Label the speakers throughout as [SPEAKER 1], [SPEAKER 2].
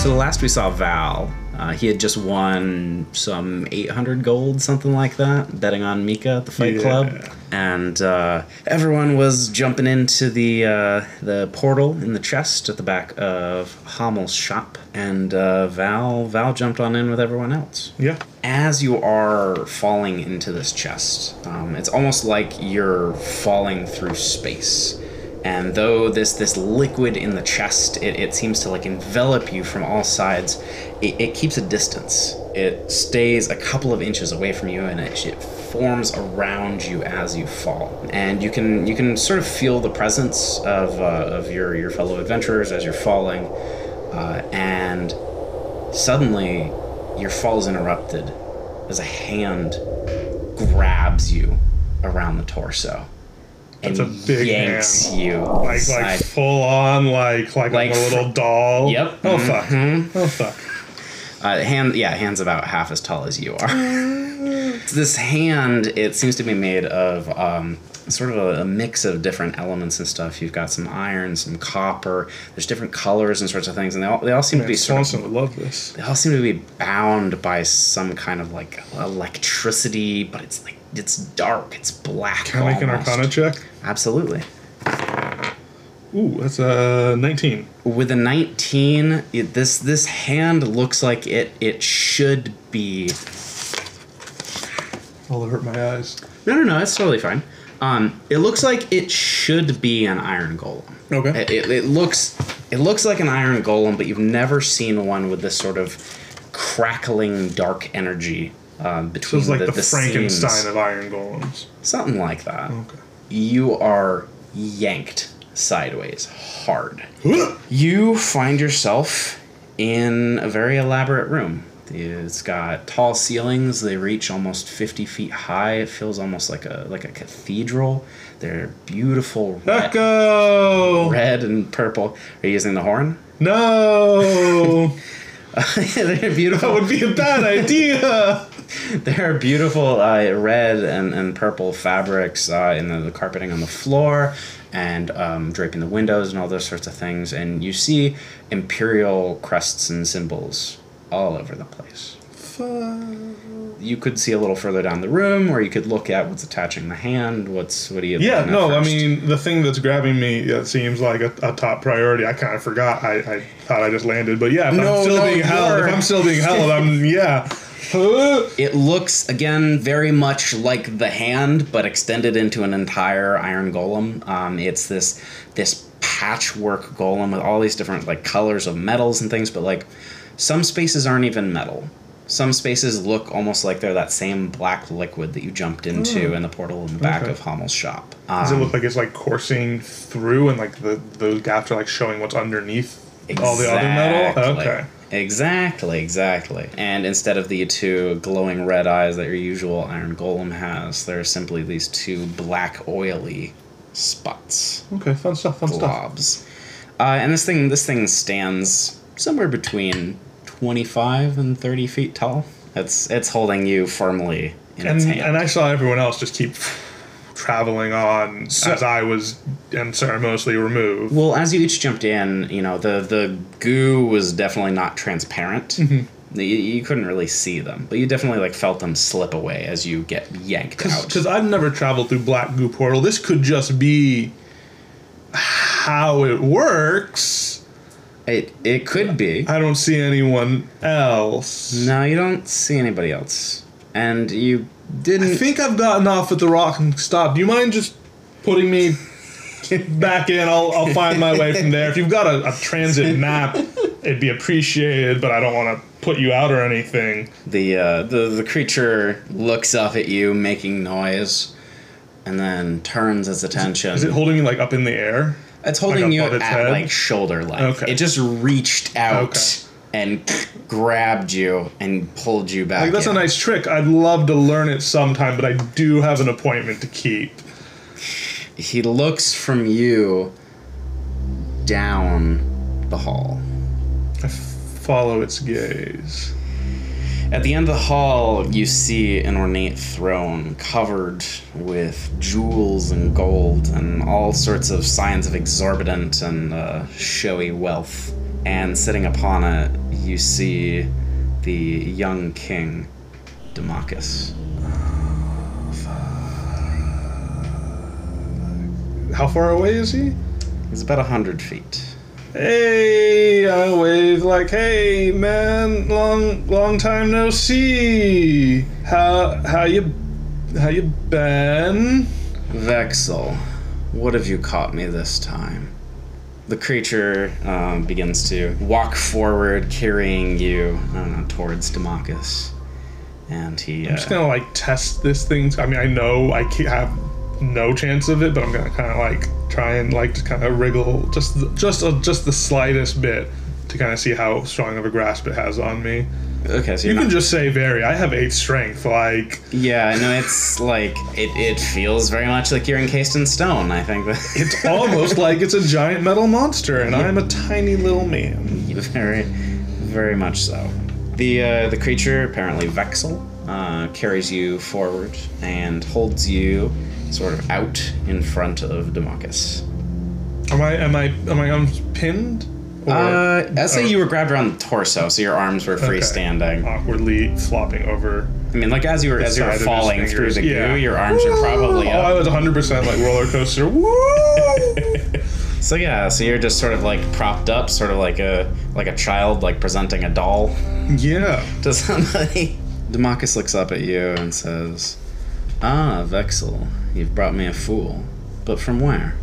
[SPEAKER 1] So the last we saw Val, uh, he had just won some 800 gold, something like that, betting on Mika at the Fight
[SPEAKER 2] Yeah.
[SPEAKER 1] Club, and uh, everyone was jumping into the uh, the portal in the chest at the back of Hommel's shop, and uh, Val Val jumped on in with everyone else
[SPEAKER 2] Yeah.
[SPEAKER 1] as you are falling into this chest, um, it's almost like you're falling through space. And though this this liquid in the chest, it, it seems to like envelop you from all sides. It, it keeps a distance. It stays a couple of inches away from you, and it, it forms around you as you fall. And you can you can sort of feel the presence of uh, of your your fellow adventurers as you're falling, uh, and Suddenly, your fall is interrupted as a hand grabs you around the torso and
[SPEAKER 2] That's a big
[SPEAKER 1] yanks
[SPEAKER 2] hand.
[SPEAKER 1] you.
[SPEAKER 2] Like like
[SPEAKER 1] aside.
[SPEAKER 2] full on like like,
[SPEAKER 1] Like
[SPEAKER 2] a little doll.
[SPEAKER 1] Yep. Mm-hmm.
[SPEAKER 2] Oh fuck. Oh fuck.
[SPEAKER 1] Uh, hand, yeah, hand's about half as tall as you are. this hand, it seems to be made of um, sort of a, a mix of different elements and stuff. You've got some iron, some copper. There's different colors and sorts of things, and they all, they all seem to
[SPEAKER 2] Man,
[SPEAKER 1] be sort of
[SPEAKER 2] Swanson would love this.
[SPEAKER 1] they all seem to be bound by some kind of like electricity, but it's like it's dark, it's black.
[SPEAKER 2] Can I make an
[SPEAKER 1] almost.
[SPEAKER 2] Arcana check?
[SPEAKER 1] Absolutely.
[SPEAKER 2] Ooh, that's a uh, 19.
[SPEAKER 1] With a nineteen, it, this this hand looks like it it should be.
[SPEAKER 2] All that hurt my eyes.
[SPEAKER 1] No, no, no. It's totally fine. Um, it looks like it should be an iron golem.
[SPEAKER 2] Okay.
[SPEAKER 1] It, it, it looks it looks like an iron golem, but you've never seen one with this sort of crackling dark energy um,
[SPEAKER 2] So
[SPEAKER 1] between
[SPEAKER 2] it's like
[SPEAKER 1] the,
[SPEAKER 2] the,
[SPEAKER 1] the
[SPEAKER 2] Frankenstein
[SPEAKER 1] seams.
[SPEAKER 2] of Oh. iron golems.
[SPEAKER 1] something like that.
[SPEAKER 2] Okay.
[SPEAKER 1] you are yanked sideways hard. You find yourself in a very elaborate room. It's got tall ceilings. They reach almost 50 feet high. It feels almost like a like a cathedral. They're beautiful red,
[SPEAKER 2] Echo!
[SPEAKER 1] red and purple. Are you using the horn?
[SPEAKER 2] No!
[SPEAKER 1] They're beautiful.
[SPEAKER 2] that would be a bad idea!
[SPEAKER 1] There are beautiful uh, red and, and purple fabrics uh, in the, the carpeting on the floor and um, draping the windows and all those sorts of things. And you see imperial crests and symbols all over the place. You could see a little further down the room, or you could look at what's attaching the hand. What's what do you?
[SPEAKER 2] Yeah,
[SPEAKER 1] looking at
[SPEAKER 2] no, I
[SPEAKER 1] first?
[SPEAKER 2] mean, the thing that's grabbing me it seems like a, a top priority. I kind of forgot. I, I thought I just landed, but yeah, if
[SPEAKER 1] No,
[SPEAKER 2] I'm still
[SPEAKER 1] no,
[SPEAKER 2] being held,
[SPEAKER 1] you're-
[SPEAKER 2] if I'm still being held, I'm, yeah. Huh?
[SPEAKER 1] It looks again very much like the hand, but extended into an entire iron golem. Um, it's this this patchwork golem with all these different like colors of metals and things, but like some spaces aren't even metal. Some spaces look almost like they're that same black liquid that you jumped into in the portal in the back
[SPEAKER 2] Hmm. Okay.
[SPEAKER 1] of Hommel's shop.
[SPEAKER 2] Does
[SPEAKER 1] Um,
[SPEAKER 2] it look like it's like coursing through and like the those gaps are like showing what's underneath all the other metal?
[SPEAKER 1] Exactly.
[SPEAKER 2] Okay.
[SPEAKER 1] Exactly, exactly. And instead of the two glowing red eyes that your usual iron golem has, there are simply these two black oily spots,
[SPEAKER 2] Okay, fun stuff, fun stuff.
[SPEAKER 1] blobs. Uh, and this thing, this thing stands somewhere between twenty-five and thirty feet tall. It's it's holding you firmly in
[SPEAKER 2] And
[SPEAKER 1] its hand.
[SPEAKER 2] and I saw everyone else just keep traveling on as I was unceremoniously removed.
[SPEAKER 1] Well, as you each jumped in, you know the the goo was definitely not transparent.
[SPEAKER 2] Mm-hmm.
[SPEAKER 1] You, you couldn't really see them, but you definitely like felt them slip away as you get yanked out.
[SPEAKER 2] Because I've never traveled through Black Goo Portal. This could just be how it works.
[SPEAKER 1] It it could be.
[SPEAKER 2] I don't see anyone else.
[SPEAKER 1] No, you don't see anybody else, and you
[SPEAKER 2] I
[SPEAKER 1] didn't.
[SPEAKER 2] think I've gotten off at the rock and stopped. Do you mind just putting me back in? I'll, I'll find my way from there. If you've got a, a transit map, it'd be appreciated, but I don't want to put you out or anything.
[SPEAKER 1] the uh, the the creature looks up at you, making noise, and then turns its attention.
[SPEAKER 2] Is it holding me like up in the air?
[SPEAKER 1] It's holding
[SPEAKER 2] Like
[SPEAKER 1] you
[SPEAKER 2] above
[SPEAKER 1] at
[SPEAKER 2] its head?
[SPEAKER 1] like shoulder length.
[SPEAKER 2] Okay.
[SPEAKER 1] It just reached out
[SPEAKER 2] Okay.
[SPEAKER 1] and grabbed you and pulled you back.
[SPEAKER 2] Like that's a
[SPEAKER 1] in.
[SPEAKER 2] nice trick. I'd love to learn it sometime, but I do have an appointment to keep.
[SPEAKER 1] He looks from you down the hall.
[SPEAKER 2] I follow its gaze.
[SPEAKER 1] At the end of the hall, you see an ornate throne covered with jewels and gold and all sorts of signs of exorbitant and uh, showy wealth. and sitting upon it, you see the young king, Demachus.
[SPEAKER 2] How far away is he?
[SPEAKER 1] He's about a hundred feet.
[SPEAKER 2] Hey, I wave like, hey man, long long time no see. How how you how you been?
[SPEAKER 1] Vexel, what have you caught me this time? The creature um, begins to walk forward, carrying you I don't know, towards Demachus. And he.
[SPEAKER 2] I'm
[SPEAKER 1] uh,
[SPEAKER 2] just gonna like test this thing. I mean, I know I ca have no chance of it, but I'm gonna kind of like try and like just kind of wriggle just the, just uh, just the slightest bit to kind of see how strong of a grasp it has on me.
[SPEAKER 1] uh, okay, so
[SPEAKER 2] You
[SPEAKER 1] you're
[SPEAKER 2] can
[SPEAKER 1] not.
[SPEAKER 2] just say very. I have eight strength. Like
[SPEAKER 1] yeah, no, it's like. It, it feels very much like you're encased in stone, I think. That
[SPEAKER 2] it's almost like it's a giant metal monster, and I'm a tiny little man.
[SPEAKER 1] very, very much so. The uh, the creature, apparently Vexel, uh, carries you forward and holds you sort of out in front of Demachus.
[SPEAKER 2] Am I am I am I unpinned? Or
[SPEAKER 1] Uh, I'd say
[SPEAKER 2] or-
[SPEAKER 1] you were grabbed around the torso, so your arms were freestanding.
[SPEAKER 2] awkwardly flopping over.
[SPEAKER 1] I mean, like as you were as you
[SPEAKER 2] side
[SPEAKER 1] were
[SPEAKER 2] of his
[SPEAKER 1] falling through
[SPEAKER 2] fingers,
[SPEAKER 1] the goo,
[SPEAKER 2] yeah.
[SPEAKER 1] your arms are probably
[SPEAKER 2] Oh, I
[SPEAKER 1] up.
[SPEAKER 2] was 100% like roller coaster. Woo!
[SPEAKER 1] So yeah, so you're just sort of like propped up, sort of like a like a child, like presenting a doll
[SPEAKER 2] yeah.
[SPEAKER 1] to somebody. Demachus looks up at you and says, "Ah, Vexel, you've brought me a fool, but from where?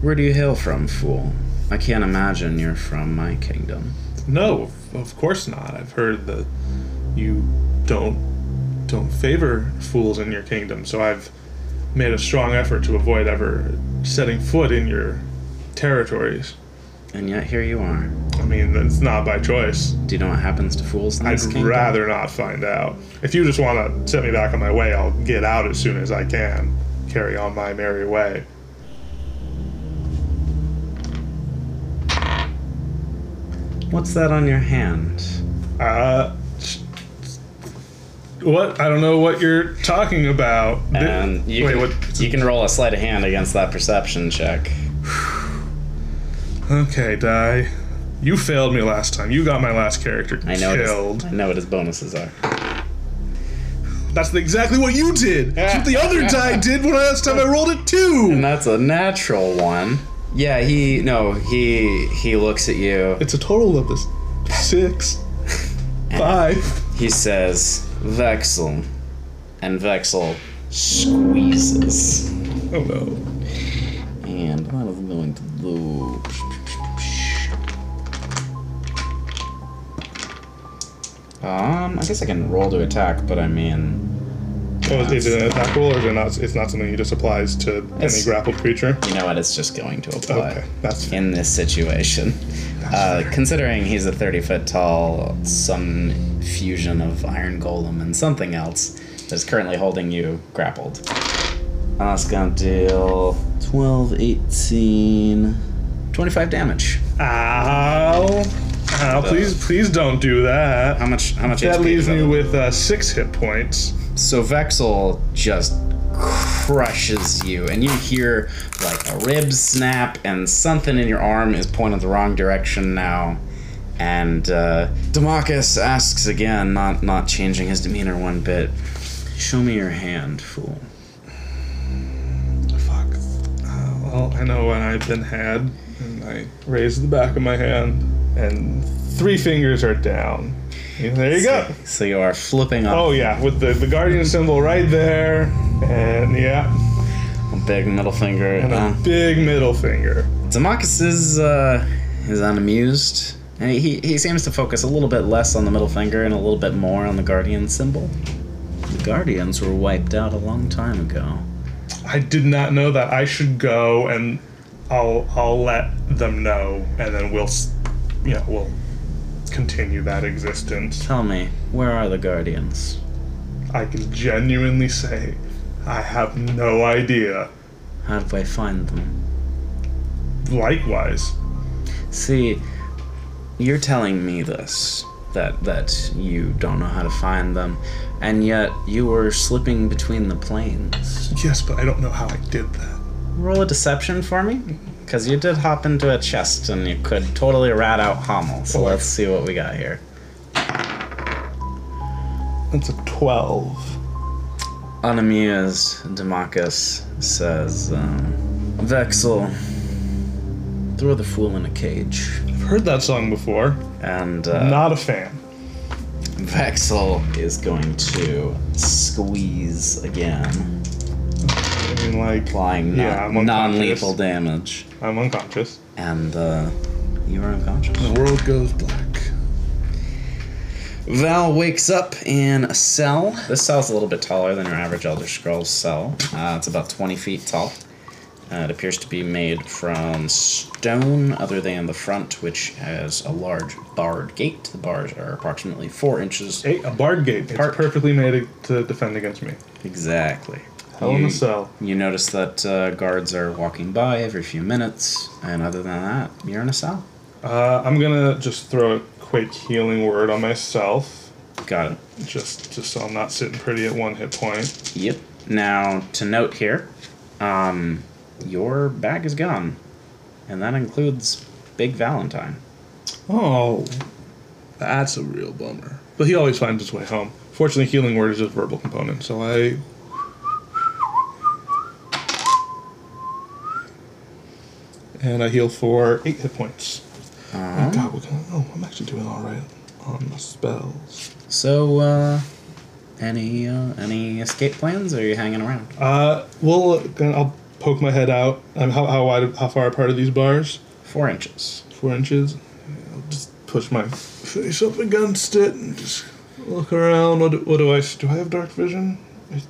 [SPEAKER 1] Where do you hail from, fool? I can't imagine you're from my kingdom."
[SPEAKER 2] No, of- of course not. I've heard that you don't don't favor fools in your kingdom, so I've made a strong effort to avoid ever setting foot in your territories.
[SPEAKER 1] And yet here you are.
[SPEAKER 2] I mean, that's not by choice.
[SPEAKER 1] Do you know what happens to fools in
[SPEAKER 2] I'd
[SPEAKER 1] this kingdom?
[SPEAKER 2] rather not find out. If you just want to set me back on my way, I'll get out as soon as I can. Carry on my merry way.
[SPEAKER 1] What's that on your hand?
[SPEAKER 2] Uh, what? I don't know what you're talking about. Th-
[SPEAKER 1] And Um, you
[SPEAKER 2] Wait,
[SPEAKER 1] can,
[SPEAKER 2] what?
[SPEAKER 1] you can roll a sleight of hand against that perception check.
[SPEAKER 2] Okay, die. You failed me last time. You got my last character
[SPEAKER 1] I know,
[SPEAKER 2] killed.
[SPEAKER 1] It is, I know what his bonuses are.
[SPEAKER 2] That's exactly what you did. That's what the other die did when I last time I rolled it
[SPEAKER 1] And
[SPEAKER 2] too.
[SPEAKER 1] that's a natural one. Yeah, he no, he he looks at you.
[SPEAKER 2] It's a total of this six, five.
[SPEAKER 1] He says, "Vexel," and Vexel squeezes,
[SPEAKER 2] Oh no.
[SPEAKER 1] and that is going to do. Um, I guess I can roll to attack, but I mean.
[SPEAKER 2] Oh, is it an attack roll, or is it not? It's not something you just applies to any
[SPEAKER 1] It's-
[SPEAKER 2] grappled creature.
[SPEAKER 1] You know what? It's just going to apply
[SPEAKER 2] Okay, that's fair.
[SPEAKER 1] in this situation. Uh, considering he's a 30 foot tall, some fusion of Iron Golem and something else that's currently holding you grappled. And that's going to deal 12, 18, 25 damage.
[SPEAKER 2] Ow! Ow! Please, please don't do that.
[SPEAKER 1] How much? How much?
[SPEAKER 2] That
[SPEAKER 1] HP
[SPEAKER 2] leaves
[SPEAKER 1] does
[SPEAKER 2] me
[SPEAKER 1] look?
[SPEAKER 2] with uh, six hit points.
[SPEAKER 1] So Vexel just crushes you, and you hear like a rib snap, and something in your arm is pointed the wrong direction now. And uh, Demachus asks again, not not changing his demeanor one bit. Show me your hand, fool.
[SPEAKER 2] Fuck. Uh, well, I know when I've been had, and I raise the back of my hand, and three fingers are down. Yeah, There you go.
[SPEAKER 1] So you are flipping up
[SPEAKER 2] Oh yeah, with the, the guardian symbol right there, and yeah,
[SPEAKER 1] a big middle finger.
[SPEAKER 2] Oh. and
[SPEAKER 1] Uh,
[SPEAKER 2] a big middle finger.
[SPEAKER 1] Demachus is uh, is unamused. And he, he seems to focus a little bit less on the middle finger and a little bit more on the guardian symbol. The guardians were wiped out a long time ago.
[SPEAKER 2] I did not know that. I should go, and I'll I'll let them know, and then we'll, s- you know, we'll continue that existence.
[SPEAKER 1] Tell me, where are the guardians?
[SPEAKER 2] I can genuinely say, I have no idea.
[SPEAKER 1] How do I find them?
[SPEAKER 2] Likewise.
[SPEAKER 1] See, you're telling me this that that you don't know how to find them, and yet you were slipping between the planes.
[SPEAKER 2] Yes, but I don't know how I did that.
[SPEAKER 1] Roll a deception for me. because you did hop into a chest and you could totally rat out Hommel. So
[SPEAKER 2] Four.
[SPEAKER 1] let's see what we got here.
[SPEAKER 2] That's a 12.
[SPEAKER 1] Unamused, Demachus says, um, Vexel, throw the fool in a cage.
[SPEAKER 2] I've heard that song before.
[SPEAKER 1] And uh,
[SPEAKER 2] Not a fan.
[SPEAKER 1] Vexel is going to squeeze again,
[SPEAKER 2] I mean, like,
[SPEAKER 1] applying
[SPEAKER 2] Yeah, I'm unconscious.
[SPEAKER 1] non lethal damage.
[SPEAKER 2] I'm unconscious.
[SPEAKER 1] And uh, you are unconscious.
[SPEAKER 3] The world goes black.
[SPEAKER 1] Val wakes up in a cell. This cell's a little bit taller than your average Elder Scrolls cell. Uh, it's about 20 feet tall. Uh, it appears to be made from stone, other than the front, which has a large barred gate. The bars are approximately four inches.
[SPEAKER 2] Hey, a bard gate. It's
[SPEAKER 1] Part-
[SPEAKER 2] perfectly made to defend against me.
[SPEAKER 1] Exactly.
[SPEAKER 2] Hell in
[SPEAKER 1] You-
[SPEAKER 2] a cell.
[SPEAKER 1] You notice that uh, guards are walking by every few minutes, and other than that, you're in a cell.
[SPEAKER 2] Uh, I'm gonna just throw a quick healing word on myself,
[SPEAKER 1] Got it.
[SPEAKER 2] just just so I'm not sitting pretty at one hit point.
[SPEAKER 1] Yep. Now, to note here, um, your bag is gone. And that includes Big Valentine.
[SPEAKER 2] Oh,
[SPEAKER 3] That's a real bummer.
[SPEAKER 2] but he always finds his way home. Fortunately, healing word is a verbal component, so I and I heal for eight hit points.
[SPEAKER 1] Uh,
[SPEAKER 2] God, we're gonna, oh, I'm actually doing all right on the spells.
[SPEAKER 1] so, uh, any uh, any escape plans? Or are you hanging around?
[SPEAKER 2] Uh, well, then I'll poke my head out. Um, how, how wide, how far apart are these bars?
[SPEAKER 1] Four inches.
[SPEAKER 2] Four inches. Yeah, I'll just push my
[SPEAKER 3] Face up against it and just.
[SPEAKER 2] look around. What do, what do I? s- Do I have dark vision?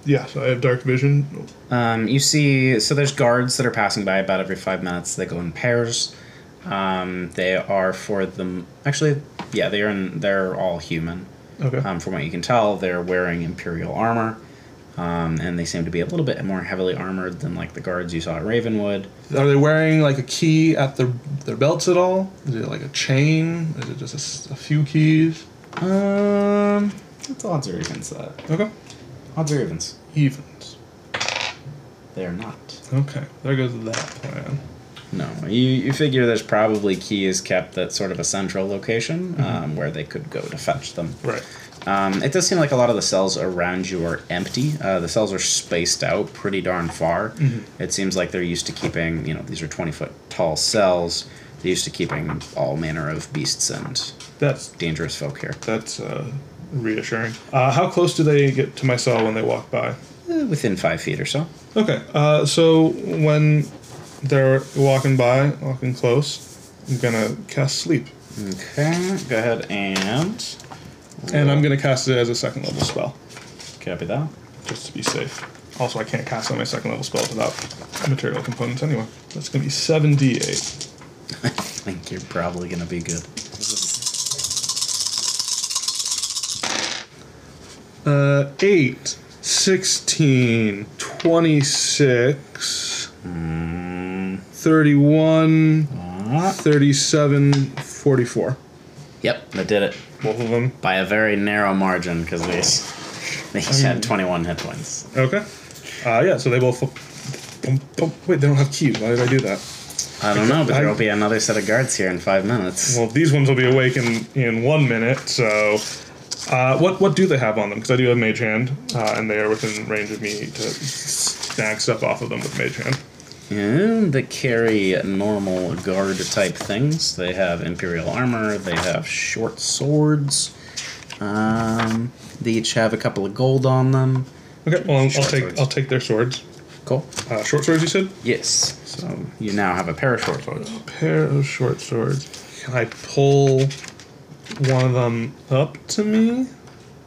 [SPEAKER 2] Yes, I have dark vision.
[SPEAKER 1] Um, you see, so there's guards that are passing by about every five minutes. They go in pairs. Um, they are for the actually, yeah, they are. In, they're all human.
[SPEAKER 2] Okay.
[SPEAKER 1] Um, from what you can tell, they're wearing imperial armor, um, and they seem to be a little bit more heavily armored than like the guards you saw at Ravenwood.
[SPEAKER 3] Are they wearing like a key at their their belts at all? Is it like a chain? Is it just a s- a, few keys?
[SPEAKER 1] Um, it's odds or evens. That
[SPEAKER 2] Okay.
[SPEAKER 1] odds or evens.
[SPEAKER 2] Evens.
[SPEAKER 1] They are not.
[SPEAKER 2] Okay. There goes that plan.
[SPEAKER 1] No, you, you figure there's probably keys kept at sort of a central location um, where they could go to fetch them.
[SPEAKER 2] Right.
[SPEAKER 1] Um, it does seem like a lot of the cells around you are empty. Uh, the cells are spaced out pretty darn far. It seems like they're used to keeping, you know, these are 20 foot tall cells. They're used to keeping all manner of beasts and
[SPEAKER 2] That's
[SPEAKER 1] dangerous folk here.
[SPEAKER 2] that's uh, reassuring. Uh, how close do they get to my cell when they walk by?
[SPEAKER 1] Eh, within five feet or so.
[SPEAKER 2] Okay, uh, so when they're walking by, walking close, I'm gonna cast sleep,
[SPEAKER 1] Okay, go ahead and
[SPEAKER 2] and I'm gonna cast it as a second level spell,
[SPEAKER 1] copy that.
[SPEAKER 2] just to be safe. Also, I can't cast on my second level spells without material components anyway. That's gonna be seven d8.
[SPEAKER 1] I think you're probably going to be good.
[SPEAKER 2] Uh, 8, 16, 26, 31,
[SPEAKER 1] Ah.
[SPEAKER 2] 37, 44.
[SPEAKER 1] Yep, I did it
[SPEAKER 2] Both of them.
[SPEAKER 1] by a very narrow margin because they, s- they each had 21 hit points.
[SPEAKER 2] Okay. Uh, yeah, so they both. Bum, bum. Wait, they don't have keys. Why did I do that?
[SPEAKER 1] I don't know, but
[SPEAKER 2] I-
[SPEAKER 1] there will be another set of guards here in five minutes.
[SPEAKER 2] Well, these ones will be awake in, in one minute, so. Uh, what what do they have on them? Because I do have mage hand, uh, and they are within range of me to snag stuff off of them with mage hand.
[SPEAKER 1] And they carry normal guard type things. They have imperial armor. They have short swords. Um, they each have a couple of gold on them.
[SPEAKER 2] Okay, well I'll
[SPEAKER 1] Short
[SPEAKER 2] take
[SPEAKER 1] swords.
[SPEAKER 2] I'll take their swords.
[SPEAKER 1] Cool.
[SPEAKER 2] Uh, short swords, you said?
[SPEAKER 1] Yes. So you now have a pair of short swords.
[SPEAKER 2] Pair of short swords. Can I pull one of them up to me,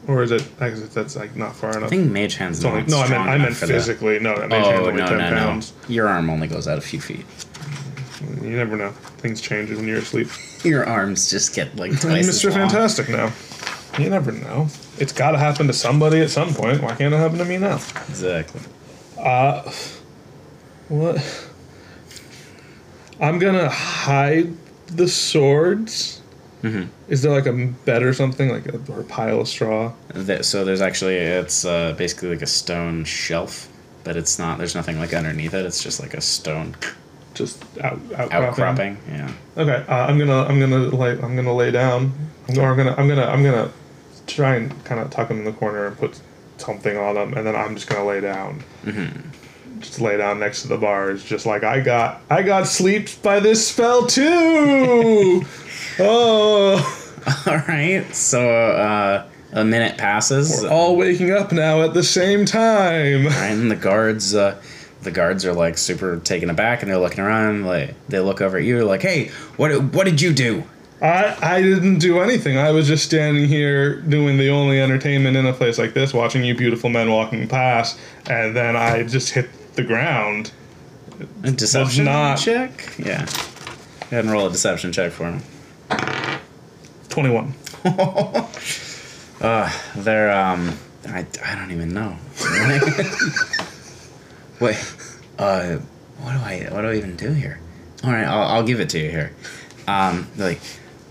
[SPEAKER 2] or is it? I guess that's like not far enough.
[SPEAKER 1] I think mage hands.
[SPEAKER 2] It's only- no, I meant I meant physically. No, that mage
[SPEAKER 1] Oh
[SPEAKER 2] hand's
[SPEAKER 1] no
[SPEAKER 2] only
[SPEAKER 1] no
[SPEAKER 2] ten
[SPEAKER 1] no!
[SPEAKER 2] pounds.
[SPEAKER 1] Your arm only goes out a few feet.
[SPEAKER 2] You never know. Things change when you're asleep.
[SPEAKER 1] Your arms just get like
[SPEAKER 2] I'm
[SPEAKER 1] twice as
[SPEAKER 2] Mr.
[SPEAKER 1] long.
[SPEAKER 2] Fantastic now. You never know. It's got to happen to somebody at some point. Why can't it happen to me now?
[SPEAKER 1] Exactly.
[SPEAKER 2] What? I'm gonna hide the swords. Is there like a bed or something, like a or a pile of straw?
[SPEAKER 1] Th- so there's actually it's uh, basically like a stone shelf, but it's not. There's nothing like underneath it. It's just like a stone
[SPEAKER 2] just out, outcropping.
[SPEAKER 1] outcropping. Yeah.
[SPEAKER 2] Okay, uh, I'm gonna I'm gonna lay I'm gonna lay down, or I'm gonna I'm gonna I'm gonna try and kind of tuck him in the corner and put something on him, and then I'm just gonna lay down. Just lay down next to the bars, just like I got I got sleeped by this spell too. oh,
[SPEAKER 1] All right. So uh, a minute passes,
[SPEAKER 2] all waking up now at the same time.
[SPEAKER 1] and the guards, uh, the guards are like super taken aback, and they're looking around. Like they look over at you, like, "Hey, what what did you do?"
[SPEAKER 2] I I didn't do anything. I was just standing here doing the only entertainment in a place like this, watching you beautiful men walking past, and then I just hit the ground.
[SPEAKER 1] A deception
[SPEAKER 2] not-
[SPEAKER 1] check. Yeah. Go ahead and roll a deception check for him.
[SPEAKER 2] Twenty one.
[SPEAKER 1] They're um I, I don't even know. Wait, uh, what do I what do I even do here? All right, I'll, I'll give it to you here. Um, they're like,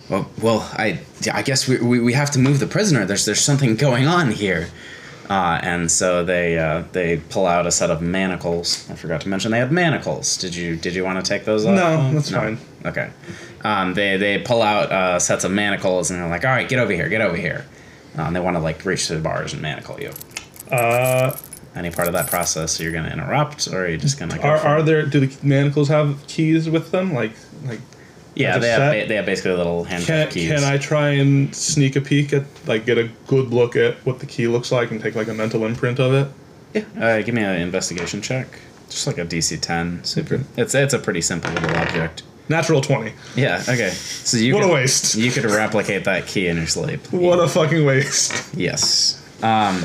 [SPEAKER 1] well, well, I I guess we, we, we have to move the prisoner. There's there's something going on here. Uh, and so they uh, they pull out a set of manacles. I forgot to mention they had manacles. Did you did you want to take those off?
[SPEAKER 2] No, that's fine.
[SPEAKER 1] Okay. Um, they they pull out uh, sets of manacles and they're like, all right, get over here, get over here. Uh, and they want to like reach through the bars and manacle you.
[SPEAKER 2] Uh,
[SPEAKER 1] Any part of that process you're gonna interrupt, or are you just gonna? Go
[SPEAKER 2] are
[SPEAKER 1] for
[SPEAKER 2] are
[SPEAKER 1] it?
[SPEAKER 2] there? Do the manacles have keys with them? Like like
[SPEAKER 1] yeah,
[SPEAKER 2] like a
[SPEAKER 1] they have,
[SPEAKER 2] set?
[SPEAKER 1] ba- they have basically little handcuff
[SPEAKER 2] can
[SPEAKER 1] keys.
[SPEAKER 2] can I try and sneak a peek at like get a good look at what the key looks like and take like a mental imprint of it?
[SPEAKER 1] Yeah. Uh, give me an investigation check. Just like a DC ten. Super.
[SPEAKER 2] Okay.
[SPEAKER 1] It's it's a pretty simple little object.
[SPEAKER 2] Natural twenty.
[SPEAKER 1] Yeah. Okay. So you.
[SPEAKER 2] What
[SPEAKER 1] could,
[SPEAKER 2] a waste.
[SPEAKER 1] You could replicate that key in your sleep.
[SPEAKER 2] What a fucking waste.
[SPEAKER 1] Yes. Um,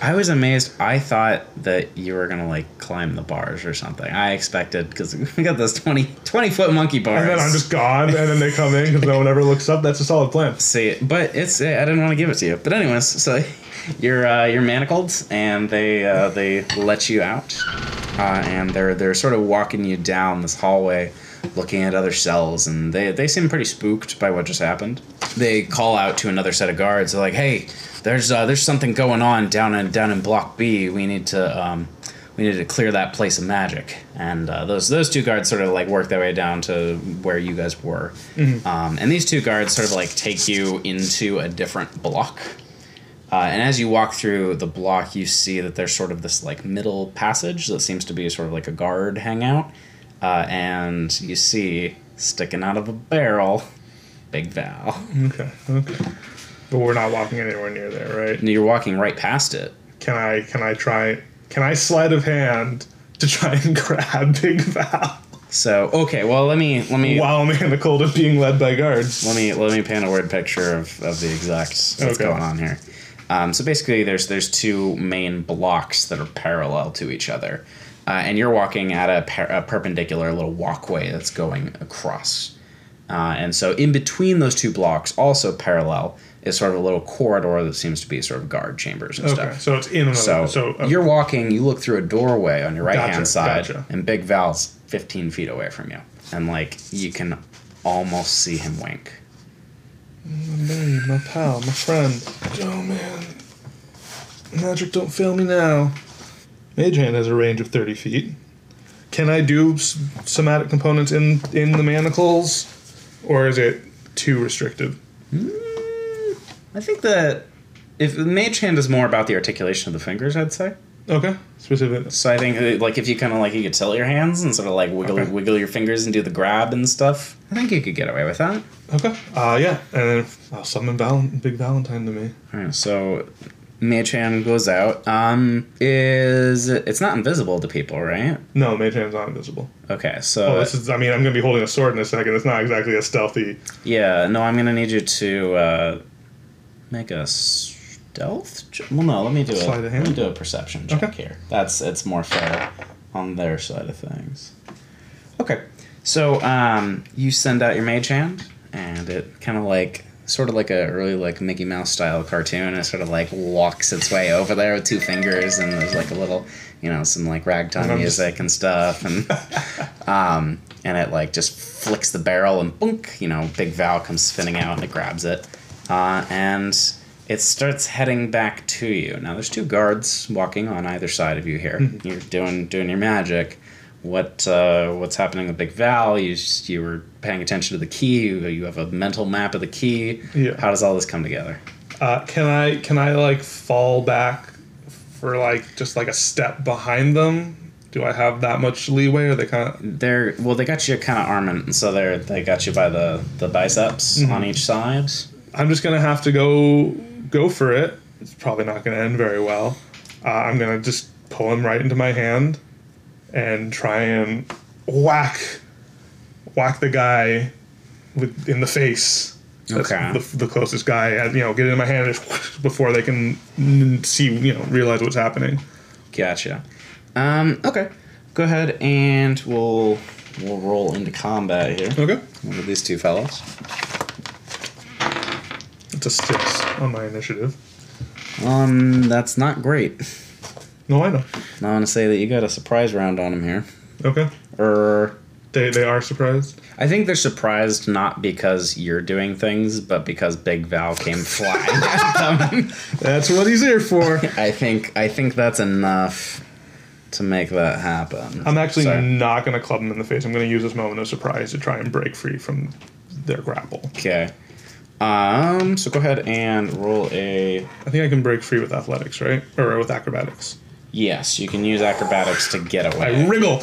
[SPEAKER 1] I was amazed. I thought that you were gonna like climb the bars or something. I expected because we got those 20, 20 foot monkey bars.
[SPEAKER 2] And then I'm just gone, and then they come in because no one ever looks up. That's a solid plan.
[SPEAKER 1] See, but it's eh, I didn't want to give it to you. But anyways, so you're uh, you're manacled and they uh, they let you out, uh, and they're they're sort of walking you down this hallway, looking at other cells, and they they seem pretty spooked by what just happened. They call out to another set of guards. They're like, "Hey, there's uh, there's something going on down in down in Block B. We need to." Um, we need to clear that place of magic, and uh, those those two guards sort of like work their way down to where you guys were, um, and these two guards sort of like take you into a different block. Uh, and as you walk through the block, you see that there's sort of this like middle passage that seems to be sort of like a guard hangout, uh, and you see sticking out of a barrel, Big Val.
[SPEAKER 2] Okay, okay. But we're not walking anywhere near there, right?
[SPEAKER 1] And you're walking right past it.
[SPEAKER 2] Can I can I try can I sleight of hand to try and grab Big Val
[SPEAKER 1] So okay, well let me let me
[SPEAKER 2] while manacled and being led by guards?
[SPEAKER 1] let me let me paint a word picture of, of the exact what's
[SPEAKER 2] Okay.
[SPEAKER 1] going on here. Um, so basically, there's there's two main blocks that are parallel to each other, uh, and you're walking at a, per- a perpendicular little walkway that's going across. Uh, and so in between those two blocks, also parallel, is sort of a little corridor that seems to be sort of guard chambers and
[SPEAKER 2] Okay,
[SPEAKER 1] stuff.
[SPEAKER 2] so it's in another.
[SPEAKER 1] So,
[SPEAKER 2] So, uh,
[SPEAKER 1] you're walking, you look through a doorway on your right hand
[SPEAKER 2] Gotcha,
[SPEAKER 1] side,
[SPEAKER 2] gotcha.
[SPEAKER 1] and Big Val's 15 feet away from you. And like, you can almost see him wink.
[SPEAKER 2] hey, my pal, my friend. Oh man, magic don't fail me now. Mage hand has a range of thirty feet. Can I do s- somatic components in in the manacles, or is it too restricted?
[SPEAKER 1] I think that if mage hand is more about the articulation of the fingers, I'd say.
[SPEAKER 2] Okay, specific.
[SPEAKER 1] So I think uh, like if you kind of like you could tilt your hands and sort of like wiggle
[SPEAKER 2] Okay.
[SPEAKER 1] wiggle your fingers and do the grab and stuff. I think you could get away with that.
[SPEAKER 2] Okay. Uh, yeah, and then I'll summon Val- Big Valentine to me.
[SPEAKER 1] All right, so mage hand goes out. Um, is it's not invisible to people, right?
[SPEAKER 2] No, Mage Hand's not invisible.
[SPEAKER 1] Okay, so
[SPEAKER 2] Oh, this is. I mean, I'm gonna be holding a sword in a second. It's not exactly a stealthy.
[SPEAKER 1] yeah, no, I'm gonna need you to uh, make a stealth. Ch- well, no, let me do a
[SPEAKER 2] Sleight
[SPEAKER 1] let
[SPEAKER 2] of
[SPEAKER 1] me
[SPEAKER 2] hand?
[SPEAKER 1] do a perception check
[SPEAKER 2] Okay.
[SPEAKER 1] here. That's it's more fair on their side of things. Okay. So um, you send out your mage hand, and it kind of like sort of like a really like Mickey Mouse style cartoon. It sort of like walks its way over there with two fingers, and there's like a little, you know, some like ragtime
[SPEAKER 2] And I'm just-
[SPEAKER 1] music and stuff, and um, and it like just flicks the barrel and boink, you know, Big Val comes spinning out and it grabs it, uh, and. It starts heading back to you. Now there's two guards walking on either side of you here. You're doing doing your magic. what uh, what's happening with Big Val. You s- you were paying attention to the key. You, you have a mental map of the key.
[SPEAKER 2] Yeah.
[SPEAKER 1] How does all this come together?
[SPEAKER 2] Uh, can I can I like fall back for like just like a step behind them? Do I have that much leeway? Or they kind of
[SPEAKER 1] They're well, they got you kind of armament, so they're they got you by the the biceps on each side.
[SPEAKER 2] I'm just gonna have to go go for it. It's probably not gonna end very well. Uh, I'm gonna just pull him right into my hand and try and whack whack the guy with in the face. That's
[SPEAKER 1] Okay.
[SPEAKER 2] the, the closest guy, and you know, get it in my hand just before they can n- see, you know, realize what's happening.
[SPEAKER 1] Gotcha. Um, okay. Go ahead and we'll we'll roll into combat here.
[SPEAKER 2] Okay,
[SPEAKER 1] With these two fellows.
[SPEAKER 2] it's a six on my initiative.
[SPEAKER 1] Um, that's not great.
[SPEAKER 2] No, I know.
[SPEAKER 1] I want to say that you got a surprise round on him here.
[SPEAKER 2] Okay,
[SPEAKER 1] Er,
[SPEAKER 2] they they are surprised.
[SPEAKER 1] I think they're surprised not because you're doing things, but because Big Val came flying at them.
[SPEAKER 2] That's what he's here for.
[SPEAKER 1] I think I think that's enough to make that happen.
[SPEAKER 2] I'm actually
[SPEAKER 1] Sorry.
[SPEAKER 2] not going to club him in the face. I'm going to use this moment of surprise to try and break free from their grapple.
[SPEAKER 1] okay. Um, so go ahead and roll a
[SPEAKER 2] I think I can break free with athletics, right? Or with acrobatics.
[SPEAKER 1] yes. You can use acrobatics to get away.
[SPEAKER 2] I wriggle.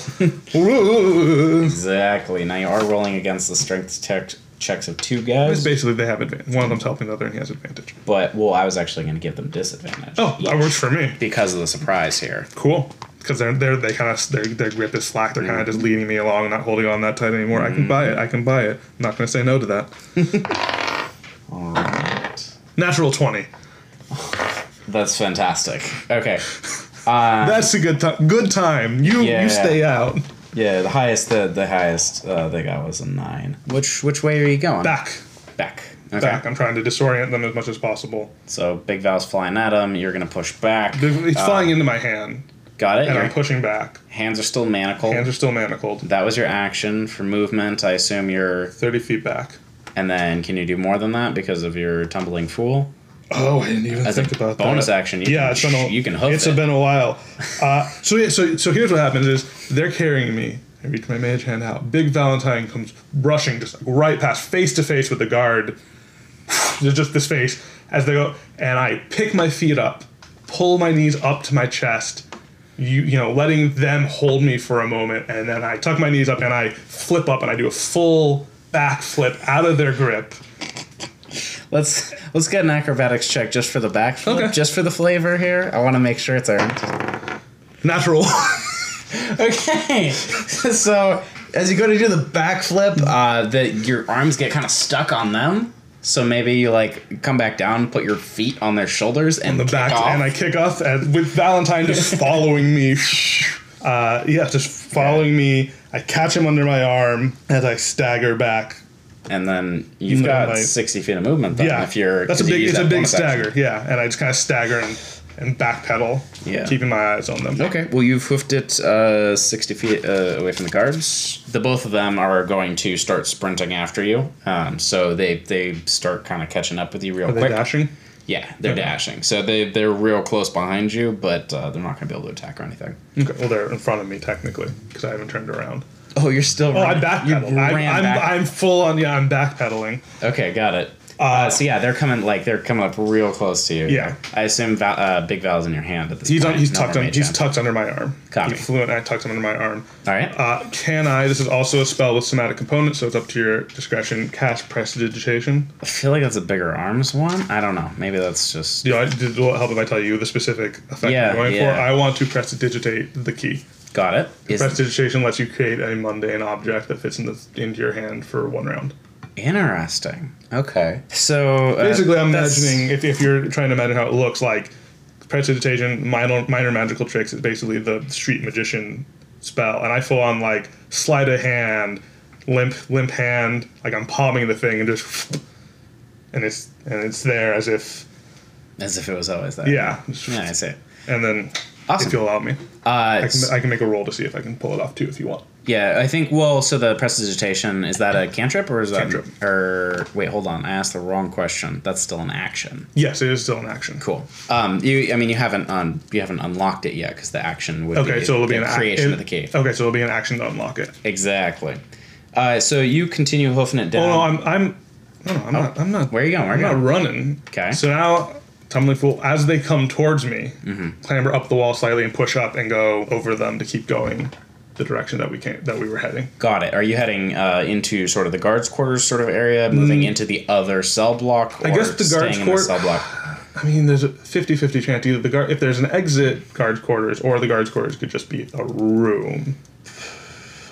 [SPEAKER 2] Ooh.
[SPEAKER 1] Exactly. Now you are rolling against the strength tech checks of two
[SPEAKER 2] It's
[SPEAKER 1] guys,
[SPEAKER 2] basically they have advantage. One of them's helping the other, and he has advantage.
[SPEAKER 1] but well, I was actually going to give them disadvantage.
[SPEAKER 2] Oh, that works for me.
[SPEAKER 1] Because of the surprise here.
[SPEAKER 2] Cool. Because they're, they're they kind of their their grip is slack. They're kind of just leading me along, not holding on that tight anymore. I can buy it. I can buy it. I'm not going to say no to that.
[SPEAKER 1] All right.
[SPEAKER 2] Natural twenty.
[SPEAKER 1] That's fantastic. Okay.
[SPEAKER 2] That's a good time. Good time. You
[SPEAKER 1] Yeah.
[SPEAKER 2] you stay out.
[SPEAKER 1] Yeah, the highest the the highest uh, they got was a nine. Which which way are you going?
[SPEAKER 2] Back
[SPEAKER 1] Back. Okay.
[SPEAKER 2] back. I'm trying to disorient them as much as possible.
[SPEAKER 1] So big Val's flying at him. You're gonna push back.
[SPEAKER 2] It's
[SPEAKER 1] Uh,
[SPEAKER 2] flying into my hand,
[SPEAKER 1] Got it.
[SPEAKER 2] and
[SPEAKER 1] Your
[SPEAKER 2] I'm pushing back.
[SPEAKER 1] hands are still manacled.
[SPEAKER 2] Hands are still manacled,
[SPEAKER 1] that was your action for movement. I assume you're.
[SPEAKER 2] 30 feet back.
[SPEAKER 1] And then can you do more than that because of your tumbling fool?
[SPEAKER 2] Oh, I didn't even
[SPEAKER 1] As a
[SPEAKER 2] think about that.
[SPEAKER 1] bonus action, you
[SPEAKER 2] yeah,
[SPEAKER 1] can
[SPEAKER 2] it's been a,
[SPEAKER 1] sh- you can hoof
[SPEAKER 2] It's
[SPEAKER 1] it.
[SPEAKER 2] been a while. Uh, so yeah, so so here's what happens is they're carrying me. I reach my mage hand out. Big Valentine comes rushing just like right past, face to face with the guard. There's just this face as they go, and I pick my feet up, pull my knees up to my chest. You, you know, letting them hold me for a moment, and then I tuck my knees up and I flip up and I do a full back flip out of their grip.
[SPEAKER 1] Let's let's get an acrobatics check just for the backflip,
[SPEAKER 2] Okay.
[SPEAKER 1] just for the flavor here. I want to make sure it's earned.
[SPEAKER 2] Natural.
[SPEAKER 1] Okay. so as you go to do the backflip, uh, that your arms get kind of stuck on them. So maybe you like come back down, put your feet on their shoulders, and
[SPEAKER 2] the
[SPEAKER 1] kick
[SPEAKER 2] back
[SPEAKER 1] off.
[SPEAKER 2] and I kick off and with Valentine just following me. Uh, yeah, just following me. I catch him under my arm as I stagger back.
[SPEAKER 1] And then you've
[SPEAKER 2] No,
[SPEAKER 1] got
[SPEAKER 2] like-
[SPEAKER 1] sixty feet of movement. Then,
[SPEAKER 2] Yeah,
[SPEAKER 1] Uh, if you're
[SPEAKER 2] that's a
[SPEAKER 1] 'cause you
[SPEAKER 2] big
[SPEAKER 1] use
[SPEAKER 2] it's a
[SPEAKER 1] that
[SPEAKER 2] big
[SPEAKER 1] bonus action.
[SPEAKER 2] stagger. Yeah, and I just kind of stagger and, and backpedal,
[SPEAKER 1] Yeah.
[SPEAKER 2] keeping my eyes on them.
[SPEAKER 1] Okay, well you've hoofed it uh, sixty feet uh, away from the guards. The both of them are going to start sprinting after you. Um, so they they start kind of catching up with you real
[SPEAKER 2] Are they
[SPEAKER 1] quick.
[SPEAKER 2] dashing?
[SPEAKER 1] Yeah, they're
[SPEAKER 2] Okay.
[SPEAKER 1] dashing. So they they're real close behind you, but uh, they're not going to be able to attack or anything.
[SPEAKER 2] Okay. Well, they're in front of me technically because I haven't turned around.
[SPEAKER 1] Oh, you're still.
[SPEAKER 2] Oh, I backpedal. I'm, I'm, I'm full on. Yeah, I'm backpedaling.
[SPEAKER 1] okay, got it. Uh, so yeah, they're coming like they're coming up real close to you.
[SPEAKER 2] Yeah.
[SPEAKER 1] I assume Val, uh, Big Val's in your hand at this
[SPEAKER 2] He's
[SPEAKER 1] point.
[SPEAKER 2] on. He's
[SPEAKER 1] No
[SPEAKER 2] tucked.
[SPEAKER 1] more
[SPEAKER 2] Un,
[SPEAKER 1] mage
[SPEAKER 2] he's
[SPEAKER 1] hand.
[SPEAKER 2] tucked under my arm.
[SPEAKER 1] Copy.
[SPEAKER 2] He flew and I tucked him under my arm.
[SPEAKER 1] All right.
[SPEAKER 2] Uh, can I? This is also a spell with somatic components, so it's up to your discretion. Cast prestidigitation.
[SPEAKER 1] I feel like that's a bigger arms one. I don't know. Maybe that's just.
[SPEAKER 2] Do I, did, will it help if I tell you the specific effect
[SPEAKER 1] Yeah,
[SPEAKER 2] I'm going
[SPEAKER 1] yeah.
[SPEAKER 2] for? I want to prestidigitate the key.
[SPEAKER 1] Got it. Is
[SPEAKER 2] Prestidigitation lets you create a mundane object that fits in the, into your hand for one round.
[SPEAKER 1] interesting. Okay. So uh,
[SPEAKER 2] Basically, I'm
[SPEAKER 1] that's-
[SPEAKER 2] imagining if, if you're trying to imagine how it looks like prestidigitation, minor, minor magical tricks is basically the street magician spell, and I full on like sleight of hand, limp limp hand, like I'm palming the thing and just, and it's and it's there as if
[SPEAKER 1] as if it was always that.
[SPEAKER 2] yeah,
[SPEAKER 1] Yeah, I see. Uh,
[SPEAKER 2] and then
[SPEAKER 1] Awesome.
[SPEAKER 2] if you allow me,
[SPEAKER 1] Uh,
[SPEAKER 2] I can I can make a roll to see if I can pull it off too if you want.
[SPEAKER 1] Yeah, I think. Well, so the prestidigitation is that a cantrip or is that
[SPEAKER 2] Cantrip.
[SPEAKER 1] or wait, hold on, I asked the wrong question. That's still an action.
[SPEAKER 2] Yes, it is still an action.
[SPEAKER 1] Cool. Um, you, I mean, you haven't un, you haven't unlocked it yet because the action would
[SPEAKER 2] Okay,
[SPEAKER 1] be,
[SPEAKER 2] so it'll be
[SPEAKER 1] the
[SPEAKER 2] an ac-
[SPEAKER 1] creation
[SPEAKER 2] it-
[SPEAKER 1] of the cave.
[SPEAKER 2] Okay, so it'll be an action to unlock it.
[SPEAKER 1] Exactly. Uh, so you continue hoofing it down.
[SPEAKER 2] Oh no, I'm I'm no, no, I'm
[SPEAKER 1] Oh.
[SPEAKER 2] not I'm not
[SPEAKER 1] Where are you going? Where are
[SPEAKER 2] I'm
[SPEAKER 1] you
[SPEAKER 2] not
[SPEAKER 1] going?
[SPEAKER 2] running.
[SPEAKER 1] Okay.
[SPEAKER 2] So now Tumbling Fool, as they come towards me,
[SPEAKER 1] Mm-hmm.
[SPEAKER 2] clamber up the wall slightly and push up and go over them to keep going the direction that we came that we were heading.
[SPEAKER 1] Got it. Are you heading uh, into sort of the guards' quarters sort of area, moving into the other cell block? Or
[SPEAKER 2] Mm. guess the guards'
[SPEAKER 1] staying in the
[SPEAKER 2] quart-
[SPEAKER 1] cell block.
[SPEAKER 2] I mean, there's a 50-50 chance either the guard if there's an exit guards quarters or the guards quarters could just be a room.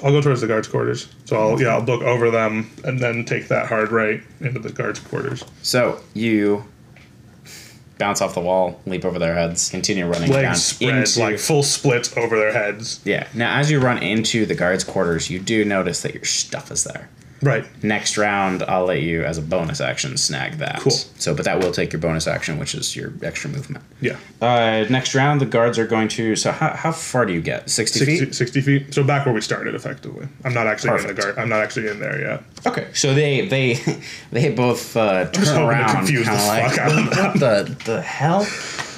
[SPEAKER 2] I'll go towards the guards quarters. So I'll yeah, I'll look over them and then take that hard right into the guards quarters.
[SPEAKER 1] So you bounce off the wall, leap over their heads, continue running down
[SPEAKER 2] Legs spread
[SPEAKER 1] into
[SPEAKER 2] like full splits over their heads.
[SPEAKER 1] yeah. Now, as you run into the guards' quarters, you do notice that your stuff is there.
[SPEAKER 2] Right.
[SPEAKER 1] Next round, I'll let you as a bonus action snag that.
[SPEAKER 2] Cool.
[SPEAKER 1] So, but that will take your bonus action, which is your extra movement.
[SPEAKER 2] Yeah.
[SPEAKER 1] Uh, next round, the guards are going to. So, how, how far do you get? 60 feet?
[SPEAKER 2] 60, 60 feet. So back where we started, effectively. I'm not actually in
[SPEAKER 1] Perfect.
[SPEAKER 2] the guard. I'm not actually in there yet.
[SPEAKER 1] Okay, so they they they both uh, turn
[SPEAKER 2] hoping to
[SPEAKER 1] around,
[SPEAKER 2] confuse
[SPEAKER 1] kinda
[SPEAKER 2] the
[SPEAKER 1] like,
[SPEAKER 2] fuck out of them.
[SPEAKER 1] what the the hell,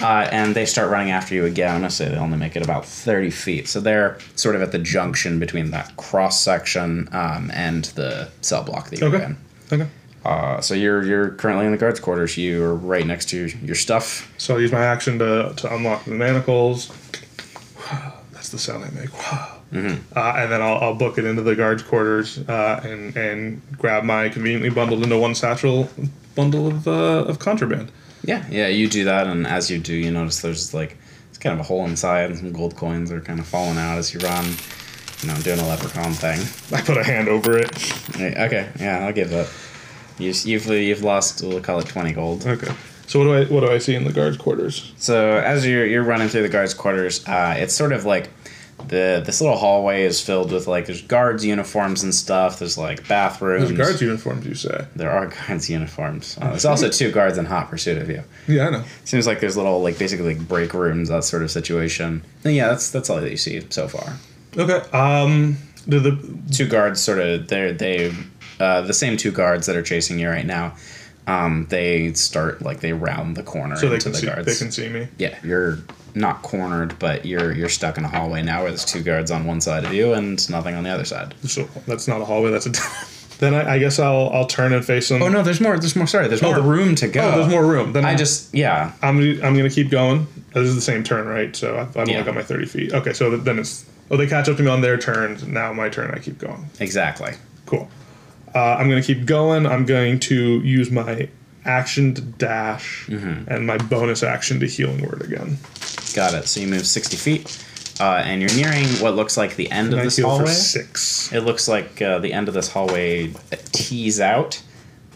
[SPEAKER 1] uh, and they start running after you again. I'm gonna say they only make it about thirty feet, so they're sort of at the junction between that cross section um, and the cell block that you're
[SPEAKER 2] Okay.
[SPEAKER 1] in.
[SPEAKER 2] Okay.
[SPEAKER 1] Uh, so you're you're currently in the guards' quarters. You are right next to your stuff.
[SPEAKER 2] So I'll use my action to, to unlock the manacles. That's the sound I make.
[SPEAKER 1] Mm-hmm.
[SPEAKER 2] Uh, and then I'll, I'll book it into the guards' quarters uh, and and grab my conveniently bundled into one satchel bundle of uh, of contraband.
[SPEAKER 1] Yeah, yeah, you do that, and as you do, you notice there's like it's kind of a hole inside, and some gold coins are kind of falling out as you run. You know, doing a leprechaun thing.
[SPEAKER 2] I put a hand over it.
[SPEAKER 1] Yeah, Okay, yeah, I'll give that. You, you've you've lost. We'll call it twenty gold.
[SPEAKER 2] Okay. So what do I what do I see in the guards' quarters?
[SPEAKER 1] So as you're you're running through the guards' quarters, uh, it's sort of like the this little hallway is filled with like there's guards' uniforms and stuff. There's like bathrooms.
[SPEAKER 2] There's guards' Oh, uniforms, you say?
[SPEAKER 1] There are guards' uniforms. Uh, there's also two guards in hot pursuit of you.
[SPEAKER 2] Yeah, I know.
[SPEAKER 1] Seems like there's little like basically like break rooms that sort of situation. And yeah, that's that's all that you see so far.
[SPEAKER 2] Okay. Um. Do the
[SPEAKER 1] two guards sort of they're they uh, the same two guards that are chasing you right now um, they start like they round the corner
[SPEAKER 2] so they
[SPEAKER 1] into
[SPEAKER 2] can
[SPEAKER 1] the
[SPEAKER 2] see
[SPEAKER 1] guards
[SPEAKER 2] they can see me.
[SPEAKER 1] yeah you're not cornered but you're you're stuck in a hallway now where there's two guards on one side of you and nothing on the other side
[SPEAKER 2] So that's not a hallway. That's a. then I, I guess I'll I'll turn and face them.
[SPEAKER 1] oh no there's more there's more sorry there's more room to go
[SPEAKER 2] Oh, there's more room. Then
[SPEAKER 1] i
[SPEAKER 2] I'm-
[SPEAKER 1] just yeah
[SPEAKER 2] I'm I'm gonna keep going. Uh, This is the same turn, right? So I've, I've
[SPEAKER 1] Yeah.
[SPEAKER 2] only got my thirty feet. Okay, so then it's oh they catch up to me on their turns. Now my turn. I keep going.
[SPEAKER 1] exactly
[SPEAKER 2] Cool. Uh, I'm gonna keep going. I'm going to use my action to dash
[SPEAKER 1] Mm-hmm.
[SPEAKER 2] and my bonus action to healing word again.
[SPEAKER 1] got it so you move 60 feet uh, and you're nearing what looks like the end of
[SPEAKER 2] I
[SPEAKER 1] this
[SPEAKER 2] heal for
[SPEAKER 1] hallway
[SPEAKER 2] six.
[SPEAKER 1] It looks like uh, the end of this hallway tees out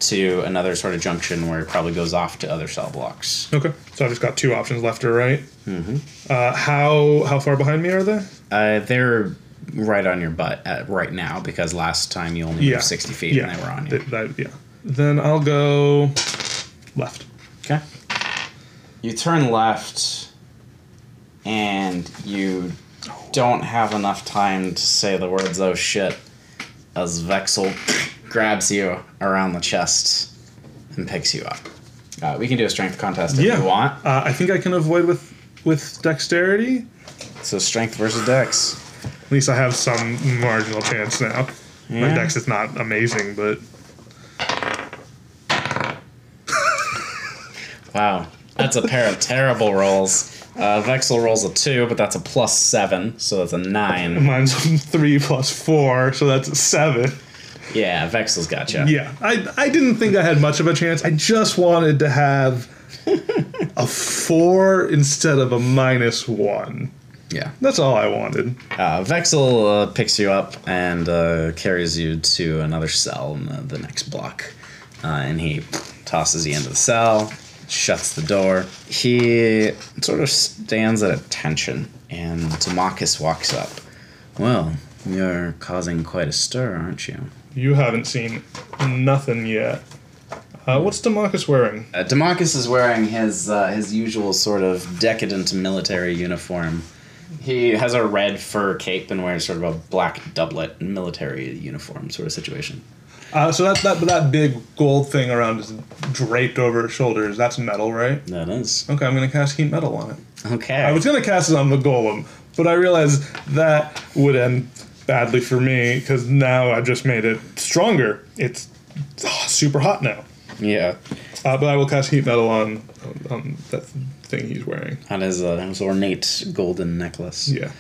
[SPEAKER 1] to another sort of junction where it probably goes off to other cell blocks.
[SPEAKER 2] Okay, so I just got two options left or right. Mm-hmm. Uh, how how far behind me are they?
[SPEAKER 1] Uh, they're right on your butt at, right now because last time you only moved 60 feet
[SPEAKER 2] yeah.
[SPEAKER 1] and they were on you.
[SPEAKER 2] Th- that- yeah. Then I'll go left.
[SPEAKER 1] Okay. You turn left, and you don't have enough time to say the words "oh shit" as Vexel grabs you around the chest and picks you up. Uh, we can do a strength contest if
[SPEAKER 2] Yeah.
[SPEAKER 1] you want.
[SPEAKER 2] Uh, I think I can avoid with with dexterity.
[SPEAKER 1] So strength versus dex.
[SPEAKER 2] At least I have some marginal chance now. My
[SPEAKER 1] Yeah.
[SPEAKER 2] dex is not amazing, but
[SPEAKER 1] Wow, that's a pair of terrible rolls. Uh, Vexel rolls a two, but that's a plus seven, so that's a nine.
[SPEAKER 2] mine's three plus four, so that's a seven.
[SPEAKER 1] Yeah, Vexel's got you.
[SPEAKER 2] Yeah, I I didn't think I had much of a chance. I just wanted to have a four instead of a minus one.
[SPEAKER 1] yeah.
[SPEAKER 2] That's all I wanted.
[SPEAKER 1] Uh, Vexel uh, picks you up and uh, carries you to another cell in the, the next block. Uh, and he tosses you into the cell, shuts the door. He sort of stands at attention, and Demachus walks up. Well, you're causing quite a stir, aren't you?
[SPEAKER 2] You haven't seen nothing yet. Uh, what's Demarcus wearing?
[SPEAKER 1] Uh, Demachus is wearing his uh, his usual sort of decadent military uniform He has a red fur cape and wears sort of a black doublet, military uniform sort of situation.
[SPEAKER 3] Uh, so that, that that big gold thing around is draped over his shoulders. That's metal, right?
[SPEAKER 1] That is
[SPEAKER 3] Okay, I'm gonna cast heat metal on it.
[SPEAKER 1] okay.
[SPEAKER 3] I was gonna cast it on the golem, but I realized that
[SPEAKER 2] would end badly for me because now I just made it stronger. It's ah, super hot now.
[SPEAKER 1] yeah,
[SPEAKER 2] Uh, but I will cast heat metal on, on, on that thing he's wearing.
[SPEAKER 1] that is a that is ornate golden necklace.
[SPEAKER 2] Yeah.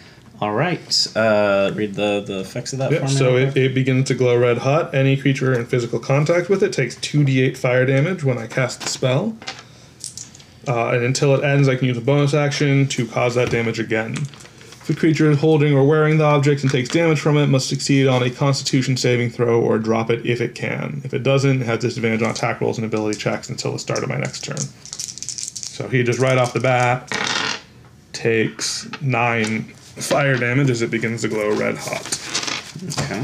[SPEAKER 1] All right. Uh, read the the effects of that.
[SPEAKER 2] Yep,
[SPEAKER 1] for me.
[SPEAKER 2] so it, it begins to glow red hot. Any creature in physical contact with it takes 2d8 fire damage when I cast the spell. Uh, and until it ends, I can use a bonus action to cause that damage again. If the creature is holding or wearing the object and takes damage from it, it must succeed on a constitution saving throw or drop it if it can. If it doesn't, it has disadvantage on attack rolls and ability checks until the start of my next turn. So he just right off the bat takes 9 fire damage as it begins to glow red hot.
[SPEAKER 1] Okay.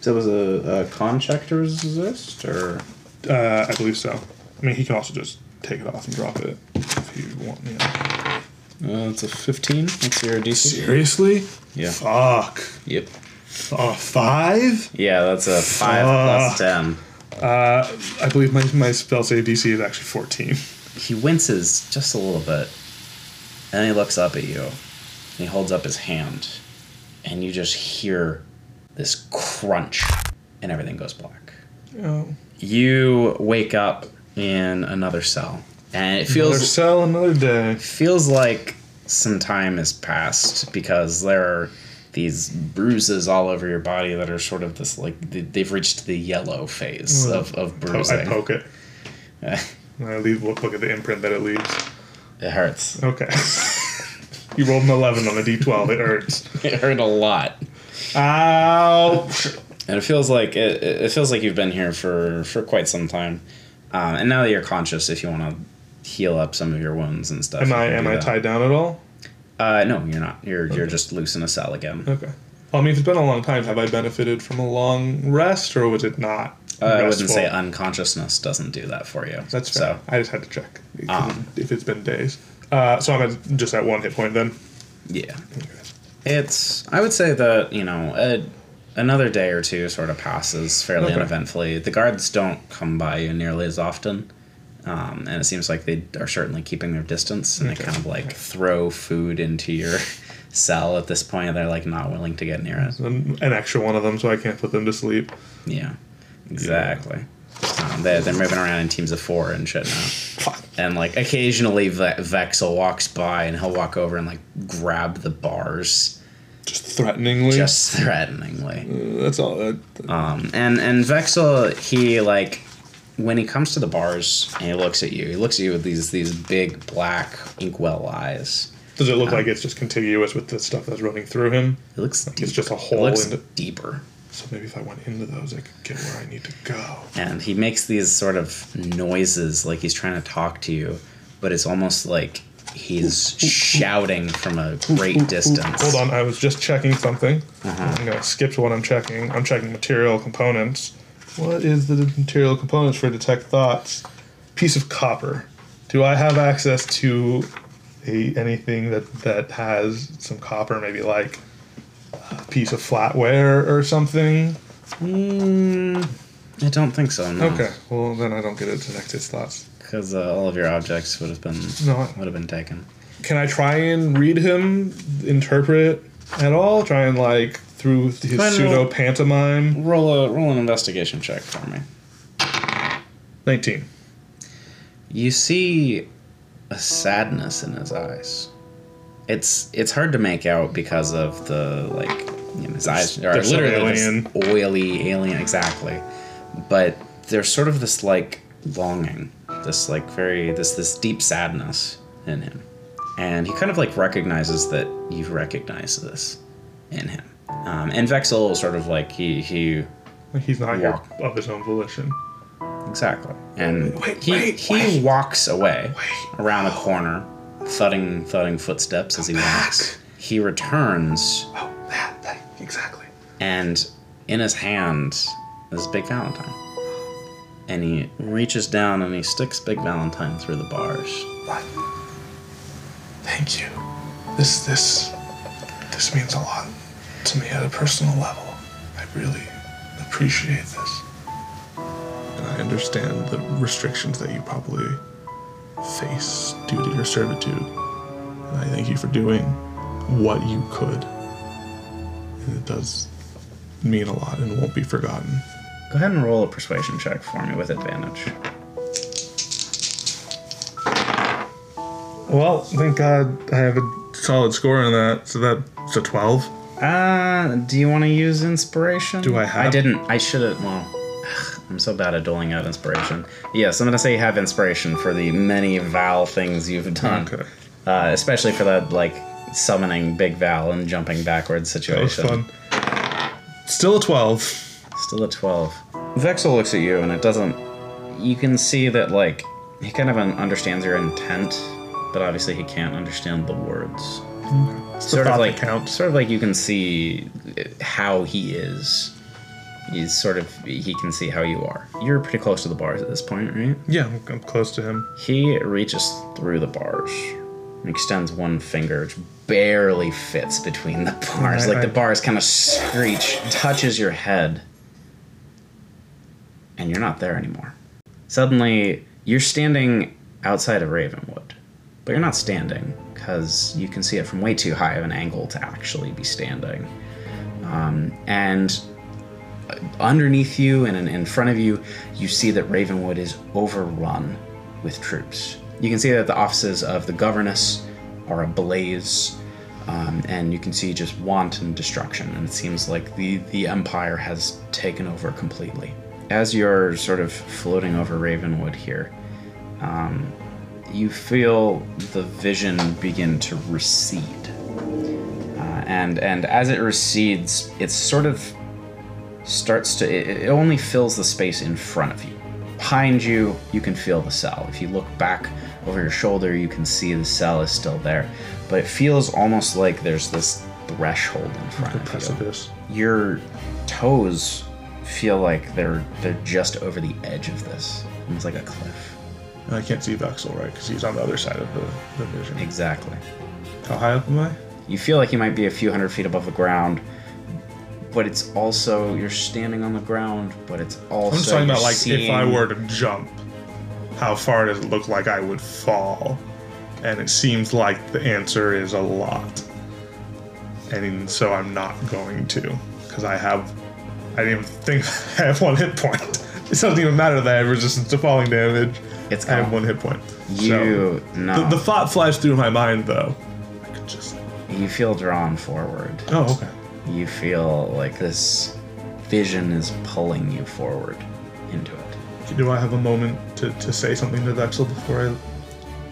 [SPEAKER 1] So it was a, a con check to resist, or
[SPEAKER 2] Uh, I believe so. I mean, he can also just take it off and drop it if you want. Yeah.
[SPEAKER 1] uh, it's a fifteen. That's your DC.
[SPEAKER 2] Seriously?
[SPEAKER 1] Yeah.
[SPEAKER 2] Fuck.
[SPEAKER 1] Yep.
[SPEAKER 2] Oh, five?
[SPEAKER 1] Yeah, that's a five
[SPEAKER 2] Ah.
[SPEAKER 1] plus ten.
[SPEAKER 2] I believe my, my spell save DC is actually 14.
[SPEAKER 1] He winces just a little bit, and then he looks up at you. And he holds up his hand, and you just hear this crunch, and everything goes black.
[SPEAKER 2] Oh.
[SPEAKER 1] You wake up in another cell, and it feels
[SPEAKER 2] Another cell, another day.
[SPEAKER 1] feels like some time has passed because there are these bruises all over your body that are sort of this like they- they've reached the yellow phase of, of
[SPEAKER 2] Oh, I
[SPEAKER 1] bruising.
[SPEAKER 2] poke it. And I leave, look, look at the imprint that it leaves.
[SPEAKER 1] It hurts.
[SPEAKER 2] Okay. you rolled an 11 on a d12. It hurts.
[SPEAKER 1] It hurt a lot,
[SPEAKER 2] Ow.
[SPEAKER 1] and it feels like it, it it feels like you've been here for for quite some time. Um, and now that you're conscious, if you want to heal up some of your wounds and stuff,
[SPEAKER 2] Am
[SPEAKER 1] you
[SPEAKER 2] I,
[SPEAKER 1] can
[SPEAKER 2] am
[SPEAKER 1] do
[SPEAKER 2] I
[SPEAKER 1] that.
[SPEAKER 2] tied down at all?
[SPEAKER 1] Uh, no, you're not. You're you're just loose in a cell again.
[SPEAKER 2] Okay. Well, I mean, if it's been a long time, have I benefited from a long rest or was it not?
[SPEAKER 1] Uh, I wouldn't
[SPEAKER 2] restful?
[SPEAKER 1] say unconsciousness doesn't do that for you.
[SPEAKER 2] That's
[SPEAKER 1] so.
[SPEAKER 2] fair. I just had to check if-
[SPEAKER 1] Um.
[SPEAKER 2] if it's been days. Uh, so I'm at just at one hit point then.
[SPEAKER 1] Yeah. It's, I would say that, you know, a, another day or two sort of passes fairly
[SPEAKER 2] Okay.
[SPEAKER 1] uneventfully. The guards don't come by you nearly as often. Um, and it seems like they are certainly keeping their distance and they kind of like throw food into your cell at this point. They're like not willing to get near it.
[SPEAKER 2] An, an extra one of them, so I can't put them to sleep.
[SPEAKER 1] Yeah, exactly. Um, they're, they're moving around in teams of four and shit now. And like occasionally Ve- Vexel walks by and he'll walk over and like grab the bars.
[SPEAKER 2] Just threateningly.
[SPEAKER 1] just threateningly.
[SPEAKER 2] That's all. That,
[SPEAKER 1] Um, and and Vexel, he like when he comes to the bars and he looks at you, he looks at you with these these big black inkwell eyes.
[SPEAKER 2] does it look like it's just contiguous with the stuff that's running through him?
[SPEAKER 1] It looks deeper.
[SPEAKER 2] just a
[SPEAKER 1] It
[SPEAKER 2] hole
[SPEAKER 1] looks
[SPEAKER 2] in it.
[SPEAKER 1] deeper.
[SPEAKER 2] So maybe if I went into those, I could get where I need to go.
[SPEAKER 1] And he makes these sort of noises like he's trying to talk to you, but it's almost like he's shouting from a great distance.
[SPEAKER 2] Hold on, I was just checking something. I'm gonna skip to what I'm checking. I'm checking material components. What is the material components for detect thoughts? Piece of copper. Do I have access to a, anything that that has some copper? Maybe like a piece of flatware or something.
[SPEAKER 1] Mm, I don't think so. No.
[SPEAKER 2] Okay, well then I don't get it to detect its thoughts.
[SPEAKER 1] Because uh, all of your objects would have been
[SPEAKER 2] No, I-
[SPEAKER 1] would have been taken.
[SPEAKER 2] Can I try and read him, interpret at all? Try and like through his
[SPEAKER 1] Try and roll-
[SPEAKER 2] pseudo pantomime.
[SPEAKER 1] Roll a roll an investigation check for me.
[SPEAKER 2] Nineteen.
[SPEAKER 1] you see a sadness in his eyes. It's it's hard to make out because of the like you know, his eyes are
[SPEAKER 2] they're so
[SPEAKER 1] literally
[SPEAKER 2] alien.
[SPEAKER 1] just oily alien exactly, but there's sort of this like longing, this like very this this deep sadness in him, and he kind of like recognizes that you recognize this in him. Um, and Vexel sort of like he he
[SPEAKER 2] Like he's not
[SPEAKER 1] Yeah.
[SPEAKER 2] here of his own volition.
[SPEAKER 1] Exactly. And
[SPEAKER 2] Wait,
[SPEAKER 1] he,
[SPEAKER 2] wait,
[SPEAKER 1] he
[SPEAKER 2] wait.
[SPEAKER 1] walks away
[SPEAKER 2] Wait.
[SPEAKER 1] around the corner, thudding, thudding footsteps as he walks. He returns,
[SPEAKER 2] Oh, that, that exactly.
[SPEAKER 1] and in his hand is Big Valentine. And he reaches down and he sticks Big Valentine through the bars.
[SPEAKER 2] What? Thank you. This this This means a lot to me at a personal level. I really appreciate this. And I understand the restrictions that you probably face due to your servitude. And I thank you for doing what you could. And it does mean a lot and won't be forgotten.
[SPEAKER 1] Go ahead and roll a persuasion check for me with advantage.
[SPEAKER 2] Well, thank God I have a solid score in that. So that's a 12.
[SPEAKER 1] Uh, do you want to use inspiration?
[SPEAKER 2] Do I have-
[SPEAKER 1] I didn't. I should have. Well, I'm so bad at doling out inspiration. Yes, I'm gonna say you have inspiration for the many Val things you've done.
[SPEAKER 2] Okay.
[SPEAKER 1] Uh, especially for that like summoning Big Val and jumping backwards
[SPEAKER 2] That was
[SPEAKER 1] situation.
[SPEAKER 2] fun. Still a 12.
[SPEAKER 1] Still a 12. Vexel looks at you and it doesn't. You can see that, like, he kind of un- understands your intent, but obviously he can't understand the words. sort
[SPEAKER 2] thought
[SPEAKER 1] of
[SPEAKER 2] that
[SPEAKER 1] like,
[SPEAKER 2] counts.
[SPEAKER 1] sort of like you can see uh, how he is. He's sort of he can see how you are. You're pretty close to the bars at this point, right?
[SPEAKER 2] Yeah, I'm, I'm close to him.
[SPEAKER 1] He reaches through the bars and extends one finger, which barely fits between the bars.
[SPEAKER 2] I-
[SPEAKER 1] like the
[SPEAKER 2] I-
[SPEAKER 1] bars kind of screech, touches your head, and you're not there anymore. Suddenly, you're standing outside of Ravenwood, but you're not standing because you can see it from way too high of an angle to actually be standing. Um, and underneath you and in, in front of you, you see that Ravenwood is overrun with troops. You can see that the offices of the governess are ablaze, um, and you can see just wanton destruction. And it seems like the the empire has taken over completely. As you're sort of floating over Ravenwood here, um, you feel the vision begin to recede. Uh, and and as it recedes, it's sort of starts to it, it only fills the space in front of you behind you you can feel the cell if you look back over your shoulder you can see the cell is still there but it feels almost like there's this threshold in front of
[SPEAKER 2] Precipice.
[SPEAKER 1] you your toes feel like they're they're just over the edge of this almost like a cliff
[SPEAKER 2] And I can't see Vexel, right? Because he's on the other side of the, the vision.
[SPEAKER 1] exactly
[SPEAKER 2] How high up am I?
[SPEAKER 1] you feel like you might be a few hundred feet above the ground but it's also you're standing on the ground but it's also
[SPEAKER 2] I'm just talking
[SPEAKER 1] you're
[SPEAKER 2] about, like, if I
[SPEAKER 1] seeing-
[SPEAKER 2] were to jump, how far does it look like I would fall? And it seems like the answer is a lot. And so I'm not going to. Because I have. I didn't even think I have one hit point. It doesn't even matter that I have resistance to falling damage.
[SPEAKER 1] It's
[SPEAKER 2] I have
[SPEAKER 1] gone.
[SPEAKER 2] one hit point.
[SPEAKER 1] You no.
[SPEAKER 2] So, the, the thought flies through my mind, though. I could just.
[SPEAKER 1] you feel drawn forward.
[SPEAKER 2] Oh, okay.
[SPEAKER 1] You feel like this vision is pulling you forward into it.
[SPEAKER 2] Do I have a moment to, to say something to Vexel before I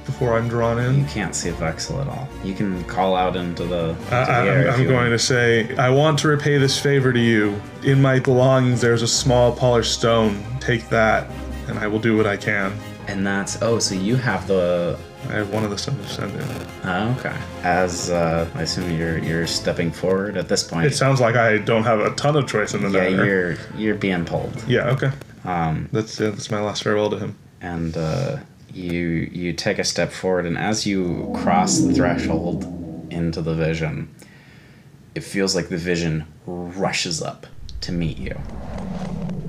[SPEAKER 2] before I'm drawn
[SPEAKER 1] You
[SPEAKER 2] in?
[SPEAKER 1] can't see Vexel at all. You can call out into the. Into the
[SPEAKER 2] I,
[SPEAKER 1] air
[SPEAKER 2] I'm,
[SPEAKER 1] if
[SPEAKER 2] I'm
[SPEAKER 1] you
[SPEAKER 2] going
[SPEAKER 1] want.
[SPEAKER 2] to say I want to repay this favor to you. In my belongings, there's a small polished stone. Take that, and I will do what I can.
[SPEAKER 1] And that's oh, so you have the.
[SPEAKER 2] I have one of the stones to send in.
[SPEAKER 1] Oh, okay. As uh, I assume you're you're stepping forward at this point.
[SPEAKER 2] It sounds like I don't have a ton of choice in the
[SPEAKER 1] yeah,
[SPEAKER 2] matter.
[SPEAKER 1] you're you're being pulled.
[SPEAKER 2] Yeah. Okay.
[SPEAKER 1] Um,
[SPEAKER 2] That's yeah, that's my last farewell to him.
[SPEAKER 1] and uh, you you take a step forward and as you cross the threshold into the vision it feels like the vision rushes up to meet you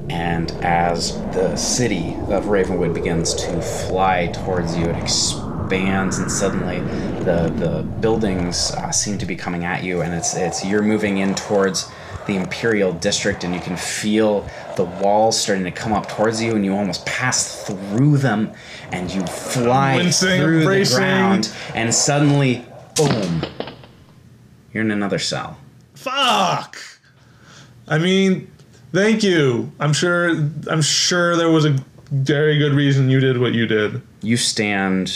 [SPEAKER 1] and as the city of ravenwood begins to fly towards you it expands and suddenly the, the buildings uh, seem to be coming at you and it's, it's you're moving in towards the imperial district and you can feel the walls starting to come up towards you and you almost pass through them and you fly
[SPEAKER 2] Wincing,
[SPEAKER 1] through
[SPEAKER 2] bracing.
[SPEAKER 1] the ground and suddenly boom you're in another cell
[SPEAKER 2] Fuck. I mean, thank you. I'm sure. I'm sure there was a very good reason you did what you did.
[SPEAKER 1] you stand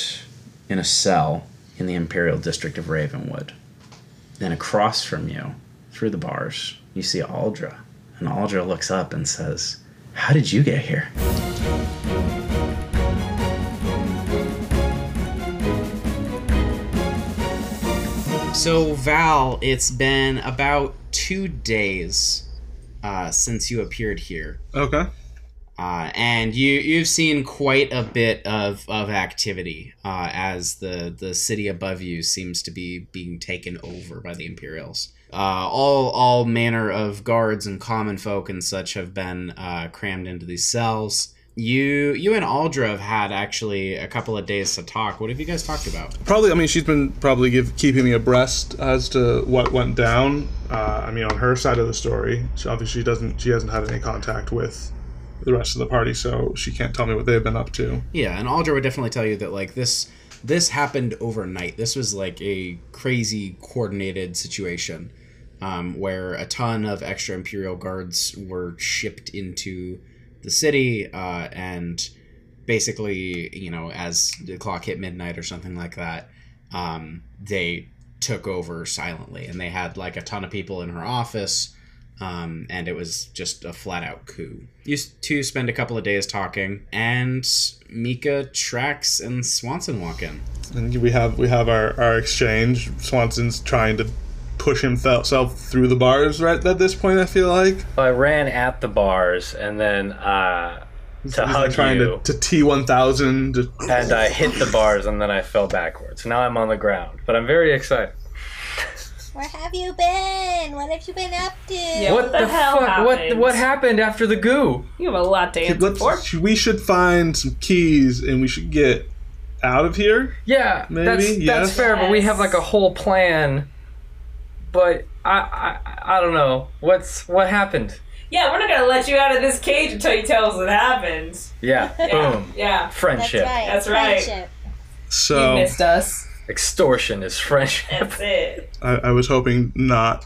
[SPEAKER 1] in a cell in the Imperial District of Ravenwood. Then across from you, through the bars, you see Aldra. And Aldra looks up and says, How did you get here? So, Val, it's been about two days uh, since you appeared here.
[SPEAKER 2] Okay.
[SPEAKER 1] Uh, and you you've seen quite a bit of of activity uh, as the the city above you seems to be being taken over by the Imperials. Uh, all all manner of guards and common folk and such have been uh, crammed into these cells. You you and Aldra have had actually a couple of days to talk. What have you guys talked about?
[SPEAKER 2] Probably, I mean, she's been probably give, keeping me abreast as to what went down. Uh, I mean, on her side of the story, she obviously doesn't. She hasn't had any contact with the rest of the party, so she can't tell me what they've been up to.
[SPEAKER 1] Yeah, and Aldra would definitely tell you that like this this happened overnight. This was like a crazy coordinated situation um, where a ton of extra Imperial guards were shipped into the city uh, and basically, you know, as the clock hit midnight or something like that, um, they took over silently and they had like a ton of people in her office um, and it was just a flat out coup. You s- two spend a couple of days talking, and Mika, Trax, and Swanson walk in.
[SPEAKER 2] And we have we have our, our exchange. Swanson's trying to push himself through the bars right at this point. I feel like
[SPEAKER 4] So I ran at the bars and then uh, to
[SPEAKER 2] He's like
[SPEAKER 4] hug
[SPEAKER 2] trying
[SPEAKER 4] you,
[SPEAKER 2] to to T one thousand.
[SPEAKER 4] and I hit the bars and then I fell backwards. Now I'm on the ground, but I'm very excited.
[SPEAKER 5] Where have you been? What have you been up to?
[SPEAKER 4] What
[SPEAKER 6] the
[SPEAKER 4] the
[SPEAKER 6] hell
[SPEAKER 4] fuck? What
[SPEAKER 6] happened?
[SPEAKER 4] what happened after the goo?
[SPEAKER 6] You have a lot to answer for.
[SPEAKER 2] Let's, we should find some keys, and we should get out of here.
[SPEAKER 4] Yeah,
[SPEAKER 2] Maybe,
[SPEAKER 4] that's that's
[SPEAKER 2] yes.
[SPEAKER 4] fair, but we have
[SPEAKER 6] Yes.
[SPEAKER 4] like a whole plan. But I, I I don't know what's what happened.
[SPEAKER 6] Yeah, we're not gonna let you out of this cage until you tell us what happened.
[SPEAKER 4] Yeah,
[SPEAKER 6] Yeah.
[SPEAKER 4] boom,
[SPEAKER 6] Yeah.
[SPEAKER 5] That's
[SPEAKER 4] friendship.
[SPEAKER 5] right.
[SPEAKER 6] That's right.
[SPEAKER 5] Friendship.
[SPEAKER 6] You
[SPEAKER 2] So
[SPEAKER 6] missed us.
[SPEAKER 4] Extortion is friendship.
[SPEAKER 6] That's it.
[SPEAKER 2] I, I was hoping not.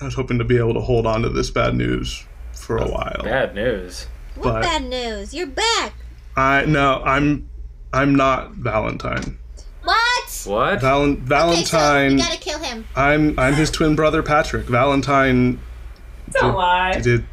[SPEAKER 2] I was hoping to be able to hold on to this bad news for a while.
[SPEAKER 4] Bad news.
[SPEAKER 5] What
[SPEAKER 2] But-
[SPEAKER 5] bad news? You're back.
[SPEAKER 2] I no, I'm I'm not Valentine.
[SPEAKER 5] What?
[SPEAKER 4] What?
[SPEAKER 2] Valen,
[SPEAKER 5] Okay, so
[SPEAKER 2] Valentine.
[SPEAKER 5] you gotta kill him.
[SPEAKER 2] I'm I'm his twin brother Patrick. Valentine
[SPEAKER 6] Don't lie.
[SPEAKER 2] did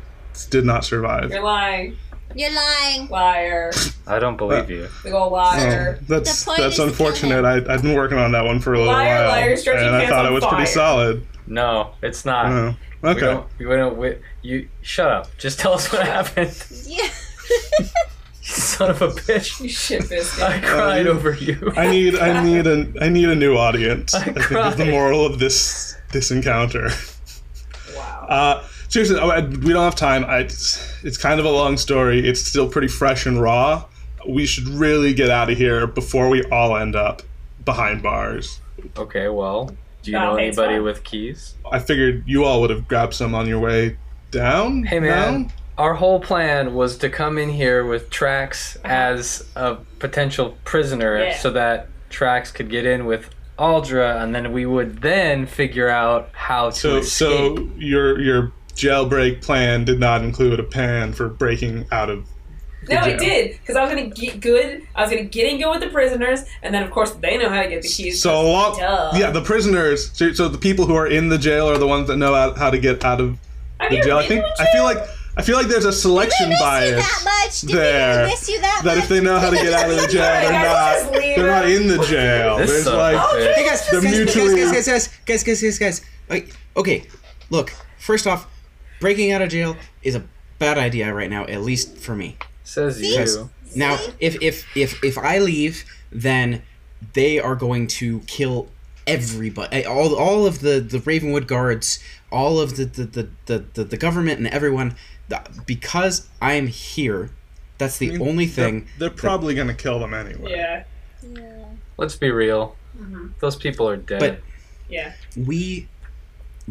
[SPEAKER 2] did not survive.
[SPEAKER 6] You're lying.
[SPEAKER 5] You're lying.
[SPEAKER 6] Liar.
[SPEAKER 4] I don't believe you.
[SPEAKER 6] Big old
[SPEAKER 2] So
[SPEAKER 6] liar.
[SPEAKER 2] Oh, that's
[SPEAKER 5] The point
[SPEAKER 2] that's
[SPEAKER 5] is to kill
[SPEAKER 2] unfortunate.
[SPEAKER 5] him.
[SPEAKER 2] I I've been working on that one for a little
[SPEAKER 6] Liar,
[SPEAKER 2] while,
[SPEAKER 6] liar, stretch your
[SPEAKER 2] and I
[SPEAKER 6] pants
[SPEAKER 2] thought
[SPEAKER 6] on
[SPEAKER 2] it was
[SPEAKER 6] fire.
[SPEAKER 2] pretty solid.
[SPEAKER 4] No, it's not.
[SPEAKER 2] Oh,
[SPEAKER 4] We
[SPEAKER 2] okay.
[SPEAKER 4] don't. We don't. We, you shut up. Just tell us what happened.
[SPEAKER 5] Yeah.
[SPEAKER 4] Son of a bitch.
[SPEAKER 6] You shit biscuit.
[SPEAKER 4] I cried
[SPEAKER 2] Um,
[SPEAKER 4] over you.
[SPEAKER 2] I need I need an I need a new audience.
[SPEAKER 4] I
[SPEAKER 2] I, think is the
[SPEAKER 4] cried.
[SPEAKER 2] moral of this this encounter.
[SPEAKER 6] Wow.
[SPEAKER 2] Uh, seriously, I, I- we don't have time. I, it's, it's kind of a long story. It's still pretty fresh and raw. We should really get out of here before we all end up behind bars.
[SPEAKER 4] Okay, well, do you
[SPEAKER 6] That
[SPEAKER 4] know
[SPEAKER 6] makes
[SPEAKER 4] anybody
[SPEAKER 6] sense.
[SPEAKER 4] with keys?
[SPEAKER 2] I figured you all would have grabbed some on your way down.
[SPEAKER 4] Hey man,
[SPEAKER 2] no?
[SPEAKER 4] our whole plan was to come in here with Trax as a potential prisoner
[SPEAKER 6] Uh-huh. Yeah.
[SPEAKER 4] so that Trax could get in with Aldra and then we would then figure out how to
[SPEAKER 2] So
[SPEAKER 4] escape.
[SPEAKER 2] so your your jailbreak plan did not include a plan for breaking out of.
[SPEAKER 6] No,
[SPEAKER 2] jail.
[SPEAKER 6] it did. Because I was gonna get good. I was gonna get in good with the prisoners, and then of course they know how to get the keys.
[SPEAKER 2] So a lot,
[SPEAKER 6] Duh.
[SPEAKER 2] yeah. The prisoners, so, so the people who are in the jail are the ones that know how, how to get out of
[SPEAKER 6] I
[SPEAKER 2] the
[SPEAKER 6] mean,
[SPEAKER 2] jail. I think I feel like I feel like there's a selection
[SPEAKER 5] Miss
[SPEAKER 2] bias.
[SPEAKER 5] you that much? Did
[SPEAKER 2] there,
[SPEAKER 5] they really miss you that,
[SPEAKER 2] that
[SPEAKER 5] much?
[SPEAKER 2] if they know how to get out of the jail,
[SPEAKER 6] Alright,
[SPEAKER 2] they're
[SPEAKER 6] guys,
[SPEAKER 2] not
[SPEAKER 6] let's just
[SPEAKER 2] they're not
[SPEAKER 6] leave
[SPEAKER 2] in the jail.
[SPEAKER 4] This
[SPEAKER 2] There's
[SPEAKER 4] son of a
[SPEAKER 2] like
[SPEAKER 4] bitch.
[SPEAKER 1] Hey guys,
[SPEAKER 2] They're
[SPEAKER 1] guys, guys,
[SPEAKER 2] mutually-
[SPEAKER 1] guys, guys, guys, guys, guys, guys, guys. Like, okay, look. First off, breaking out of jail is a bad idea right now, at least for me.
[SPEAKER 4] Says
[SPEAKER 1] Because
[SPEAKER 4] you.
[SPEAKER 1] now, if if if if I leave, then they are going to kill everybody. Eh, All all of the the Ravenwood guards, all of the the the the, the, the government and everyone. The, because I'm here, that's the only thing.
[SPEAKER 2] They're probably gonna kill them anyway.
[SPEAKER 6] Yeah.
[SPEAKER 4] Let's be real.
[SPEAKER 6] Uh-huh.
[SPEAKER 4] Those people are dead.
[SPEAKER 1] But-
[SPEAKER 6] Yeah.
[SPEAKER 1] we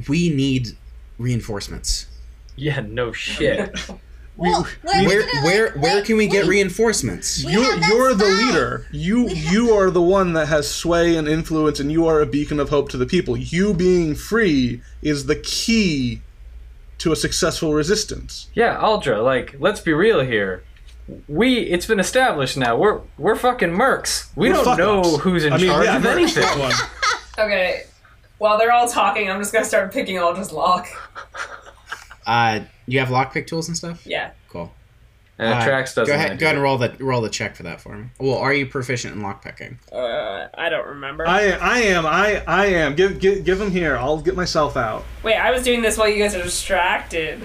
[SPEAKER 1] we need reinforcements.
[SPEAKER 4] yeah, no shit.
[SPEAKER 5] well, we're
[SPEAKER 1] Where
[SPEAKER 5] gonna, like,
[SPEAKER 1] where where
[SPEAKER 5] wait,
[SPEAKER 1] can we get
[SPEAKER 5] wait.
[SPEAKER 1] reinforcements?
[SPEAKER 5] We
[SPEAKER 2] You're
[SPEAKER 5] have that
[SPEAKER 2] you're the
[SPEAKER 5] spy.
[SPEAKER 2] leader. You you are the one that has sway and influence, and you are a beacon of hope to the people. You being free is the key to a successful resistance.
[SPEAKER 4] yeah, Aldra, like, let's be real here. We it's been established now. We're we're fucking mercs. We
[SPEAKER 2] We're
[SPEAKER 4] don't know
[SPEAKER 2] fuck-ups.
[SPEAKER 4] who's in
[SPEAKER 2] I mean,
[SPEAKER 4] charge
[SPEAKER 2] yeah,
[SPEAKER 4] of
[SPEAKER 2] we're-
[SPEAKER 4] anything.
[SPEAKER 2] One.
[SPEAKER 6] Okay. While they're all talking, I'm just gonna start picking Aldra's lock.
[SPEAKER 1] Uh, you have lockpick tools and stuff.
[SPEAKER 6] Yeah.
[SPEAKER 1] Cool.
[SPEAKER 4] And
[SPEAKER 1] Uh,
[SPEAKER 4] Trax doesn't.
[SPEAKER 1] Go ahead, go
[SPEAKER 4] wanna
[SPEAKER 1] ahead
[SPEAKER 4] do
[SPEAKER 1] and roll the roll the check for that for me. Well, are you proficient in lockpicking?
[SPEAKER 6] Uh, I don't remember.
[SPEAKER 2] I I am I I am. Give give give them here. I'll get myself out.
[SPEAKER 6] Wait, I was doing this while you guys are distracted.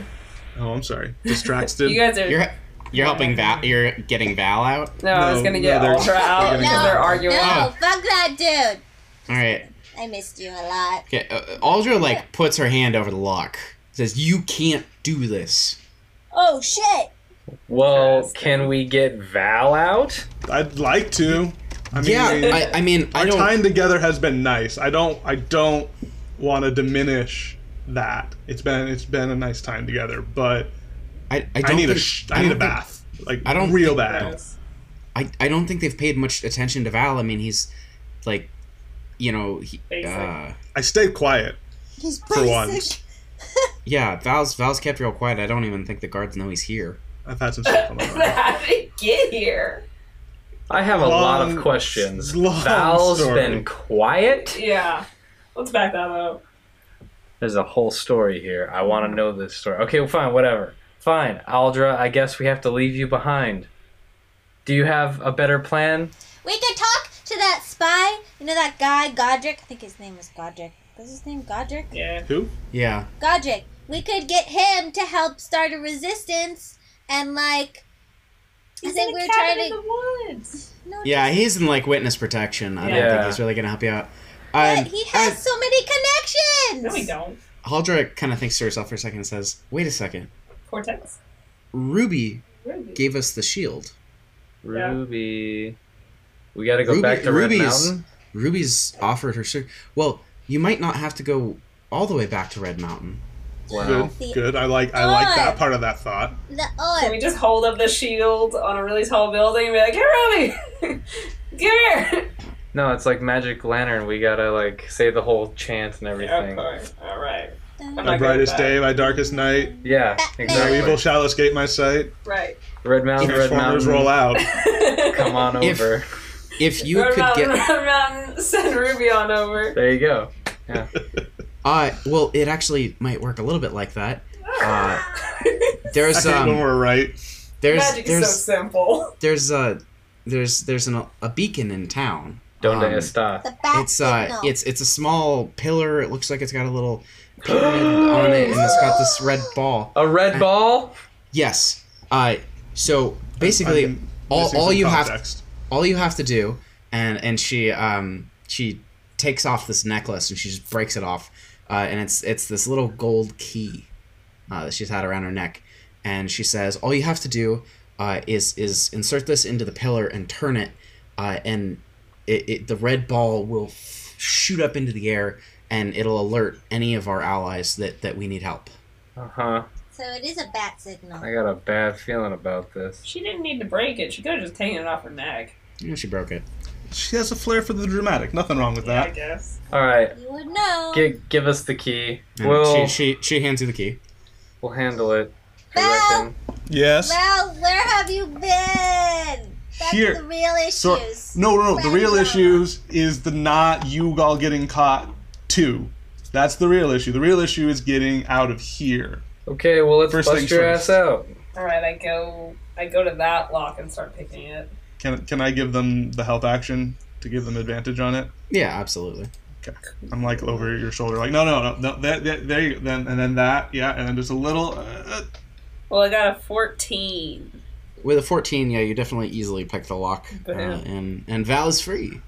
[SPEAKER 2] Oh, I'm sorry. Distracted.
[SPEAKER 6] You guys are.
[SPEAKER 1] You're You're helping Val. You're getting Val out.
[SPEAKER 6] No, I was
[SPEAKER 2] No,
[SPEAKER 6] gonna
[SPEAKER 2] no,
[SPEAKER 6] get
[SPEAKER 2] they're-
[SPEAKER 6] Ultra out
[SPEAKER 2] they're
[SPEAKER 6] because
[SPEAKER 2] gonna
[SPEAKER 5] go.
[SPEAKER 6] they're arguing.
[SPEAKER 5] No, fuck that dude.
[SPEAKER 1] All right.
[SPEAKER 5] I missed you a lot.
[SPEAKER 1] Okay. Uh, Aldra like puts her hand over the lock. Says, "You can't do this."
[SPEAKER 5] Oh shit.
[SPEAKER 4] Well, can we get Val out?
[SPEAKER 2] I'd like to. I mean,
[SPEAKER 1] Yeah. I, I mean, I
[SPEAKER 2] our
[SPEAKER 1] don't.
[SPEAKER 2] time together has been nice. I don't. I don't want to diminish that. It's been. It's been a nice time together, but
[SPEAKER 1] I, I,
[SPEAKER 2] I
[SPEAKER 1] don't
[SPEAKER 2] need a.
[SPEAKER 1] think-
[SPEAKER 2] Sh- I need a
[SPEAKER 1] don't think-
[SPEAKER 2] bath. Like
[SPEAKER 1] I don't
[SPEAKER 2] real
[SPEAKER 1] think-
[SPEAKER 2] bad.
[SPEAKER 1] I, I don't think they've paid much attention to Val. I mean, he's like, you know, he,
[SPEAKER 6] Basic.
[SPEAKER 1] uh,
[SPEAKER 2] I stayed quiet.
[SPEAKER 5] He's
[SPEAKER 2] For
[SPEAKER 5] basic.
[SPEAKER 2] once.
[SPEAKER 1] yeah, Val's Val's kept real quiet. I don't even think the guards know he's here.
[SPEAKER 2] I've had some stuff on my mind.
[SPEAKER 6] How did it get here?
[SPEAKER 4] I have a lot
[SPEAKER 2] Long-
[SPEAKER 4] of questions.
[SPEAKER 2] long
[SPEAKER 4] Val's
[SPEAKER 2] story.
[SPEAKER 4] been quiet.
[SPEAKER 6] Yeah. Let's back that up.
[SPEAKER 4] There's a whole story here. I want to know this story. Okay, well, fine, whatever. Fine, Aldra. I guess we have to leave you behind. Do you have a better plan?
[SPEAKER 5] We could talk to that spy. You know that guy Godric. I think his name was Godric. Was his name Godric?
[SPEAKER 6] Yeah.
[SPEAKER 2] Who?
[SPEAKER 1] Yeah,
[SPEAKER 5] Godric. We could get him to help start a resistance and like. I think we were trying to.
[SPEAKER 6] the woods.
[SPEAKER 5] No,
[SPEAKER 1] yeah, he's in like witness protection. I don't think
[SPEAKER 4] Yeah.
[SPEAKER 1] he's really gonna help you out.
[SPEAKER 5] but
[SPEAKER 1] Um,
[SPEAKER 5] he has
[SPEAKER 1] I-
[SPEAKER 5] so many connections.
[SPEAKER 6] No, we don't.
[SPEAKER 1] Haldra kind of thinks to herself for a second and says, "Wait a second,
[SPEAKER 6] Cortex.
[SPEAKER 1] Ruby
[SPEAKER 6] Ruby.
[SPEAKER 1] gave us the shield.
[SPEAKER 6] Yeah.
[SPEAKER 4] Ruby. We got to go
[SPEAKER 1] Ruby-
[SPEAKER 4] back to Red
[SPEAKER 1] Ruby's-
[SPEAKER 4] Mountain.
[SPEAKER 1] Ruby's offered her shirt. Well, you might not have to go all the way back to Red Mountain.
[SPEAKER 4] Wow.
[SPEAKER 2] Good. Good. I like. I like that part of that thought.
[SPEAKER 5] The
[SPEAKER 6] Can we
[SPEAKER 5] orb.
[SPEAKER 6] just hold up the shield on a really tall building and be like, "Hey, Ruby, come here."
[SPEAKER 4] No, it's like Magic Lantern. We gotta like say the whole chant and everything.
[SPEAKER 6] Okay. All right.
[SPEAKER 5] Dun-
[SPEAKER 6] I'm
[SPEAKER 2] My
[SPEAKER 6] not good
[SPEAKER 2] brightest
[SPEAKER 6] at that.
[SPEAKER 2] day, my darkest night.
[SPEAKER 4] Yeah,
[SPEAKER 5] Batman.
[SPEAKER 2] No
[SPEAKER 4] exactly.
[SPEAKER 2] evil shall escape my sight.
[SPEAKER 6] Right.
[SPEAKER 4] Red Mountain, Red
[SPEAKER 2] Transformers
[SPEAKER 4] Mountain.
[SPEAKER 2] roll out.
[SPEAKER 4] Come on
[SPEAKER 1] If-
[SPEAKER 4] over.
[SPEAKER 1] If you
[SPEAKER 6] Run
[SPEAKER 1] could
[SPEAKER 6] around,
[SPEAKER 1] get
[SPEAKER 6] run around, send Ruby on over.
[SPEAKER 4] There you go.
[SPEAKER 1] Uh, well, it actually might work a little bit like that. Uh,
[SPEAKER 2] I
[SPEAKER 1] there's
[SPEAKER 2] hate when
[SPEAKER 1] um,
[SPEAKER 2] we're right.
[SPEAKER 1] there's
[SPEAKER 6] Magic is
[SPEAKER 1] there's
[SPEAKER 6] so simple.
[SPEAKER 1] there's a there's there's an, a beacon in town.
[SPEAKER 4] Donde
[SPEAKER 1] Um,
[SPEAKER 4] está?
[SPEAKER 5] the bat
[SPEAKER 1] It's uh,
[SPEAKER 5] signal.
[SPEAKER 1] it's it's a small pillar. It looks like it's got a little pyramid on it, and it's got this red ball.
[SPEAKER 4] A red ball?
[SPEAKER 1] Yes. Uh, so basically,
[SPEAKER 2] I'm
[SPEAKER 1] all
[SPEAKER 2] missing
[SPEAKER 1] all
[SPEAKER 2] some
[SPEAKER 1] you have
[SPEAKER 2] context.
[SPEAKER 1] all you have to do and and she um she takes off this necklace and she just breaks it off uh, and it's it's this little gold key uh, that she's had around her neck and she says all you have to do uh, is is insert this into the pillar and turn it uh, and it, it the red ball will f- shoot up into the air and it'll alert any of our allies that that we need help
[SPEAKER 4] Uh huh.
[SPEAKER 5] so it is a bat signal.
[SPEAKER 4] I got a bad feeling about this.
[SPEAKER 6] She didn't need to break it. She could have just taken it off her neck.
[SPEAKER 1] you know, she broke it
[SPEAKER 2] She has a flair for the dramatic. Nothing wrong with
[SPEAKER 6] I
[SPEAKER 2] that.
[SPEAKER 6] guess.
[SPEAKER 4] All right,
[SPEAKER 5] you would know.
[SPEAKER 4] gi- give us the key.
[SPEAKER 1] and she,
[SPEAKER 4] We'll
[SPEAKER 1] she she hands you the key
[SPEAKER 4] we'll handle it.
[SPEAKER 5] Val!
[SPEAKER 4] I reckon.
[SPEAKER 2] Yes.
[SPEAKER 5] Val, where have you been? That's
[SPEAKER 2] Here.
[SPEAKER 5] the real issues.
[SPEAKER 2] So, no, no, no. The real issues is the not you all getting caught too. That's the real issue. The real issue is getting out of here.
[SPEAKER 4] Okay, well let's
[SPEAKER 2] First
[SPEAKER 4] bust
[SPEAKER 2] things
[SPEAKER 4] your
[SPEAKER 2] first.
[SPEAKER 4] ass out.
[SPEAKER 6] All right. I go. I go to that lock and start picking it.
[SPEAKER 2] Can can I give them the help action to give them advantage on it?
[SPEAKER 1] yeah absolutely
[SPEAKER 2] I'm like over your shoulder, like no, no, no, no. That, that, there, you, then, and then that, yeah, and then just a little. Uh,
[SPEAKER 6] Well, I got a fourteen.
[SPEAKER 1] With a 14, yeah, you definitely easily pick the lock. Uh,
[SPEAKER 6] Bam.
[SPEAKER 1] and, and Val is free.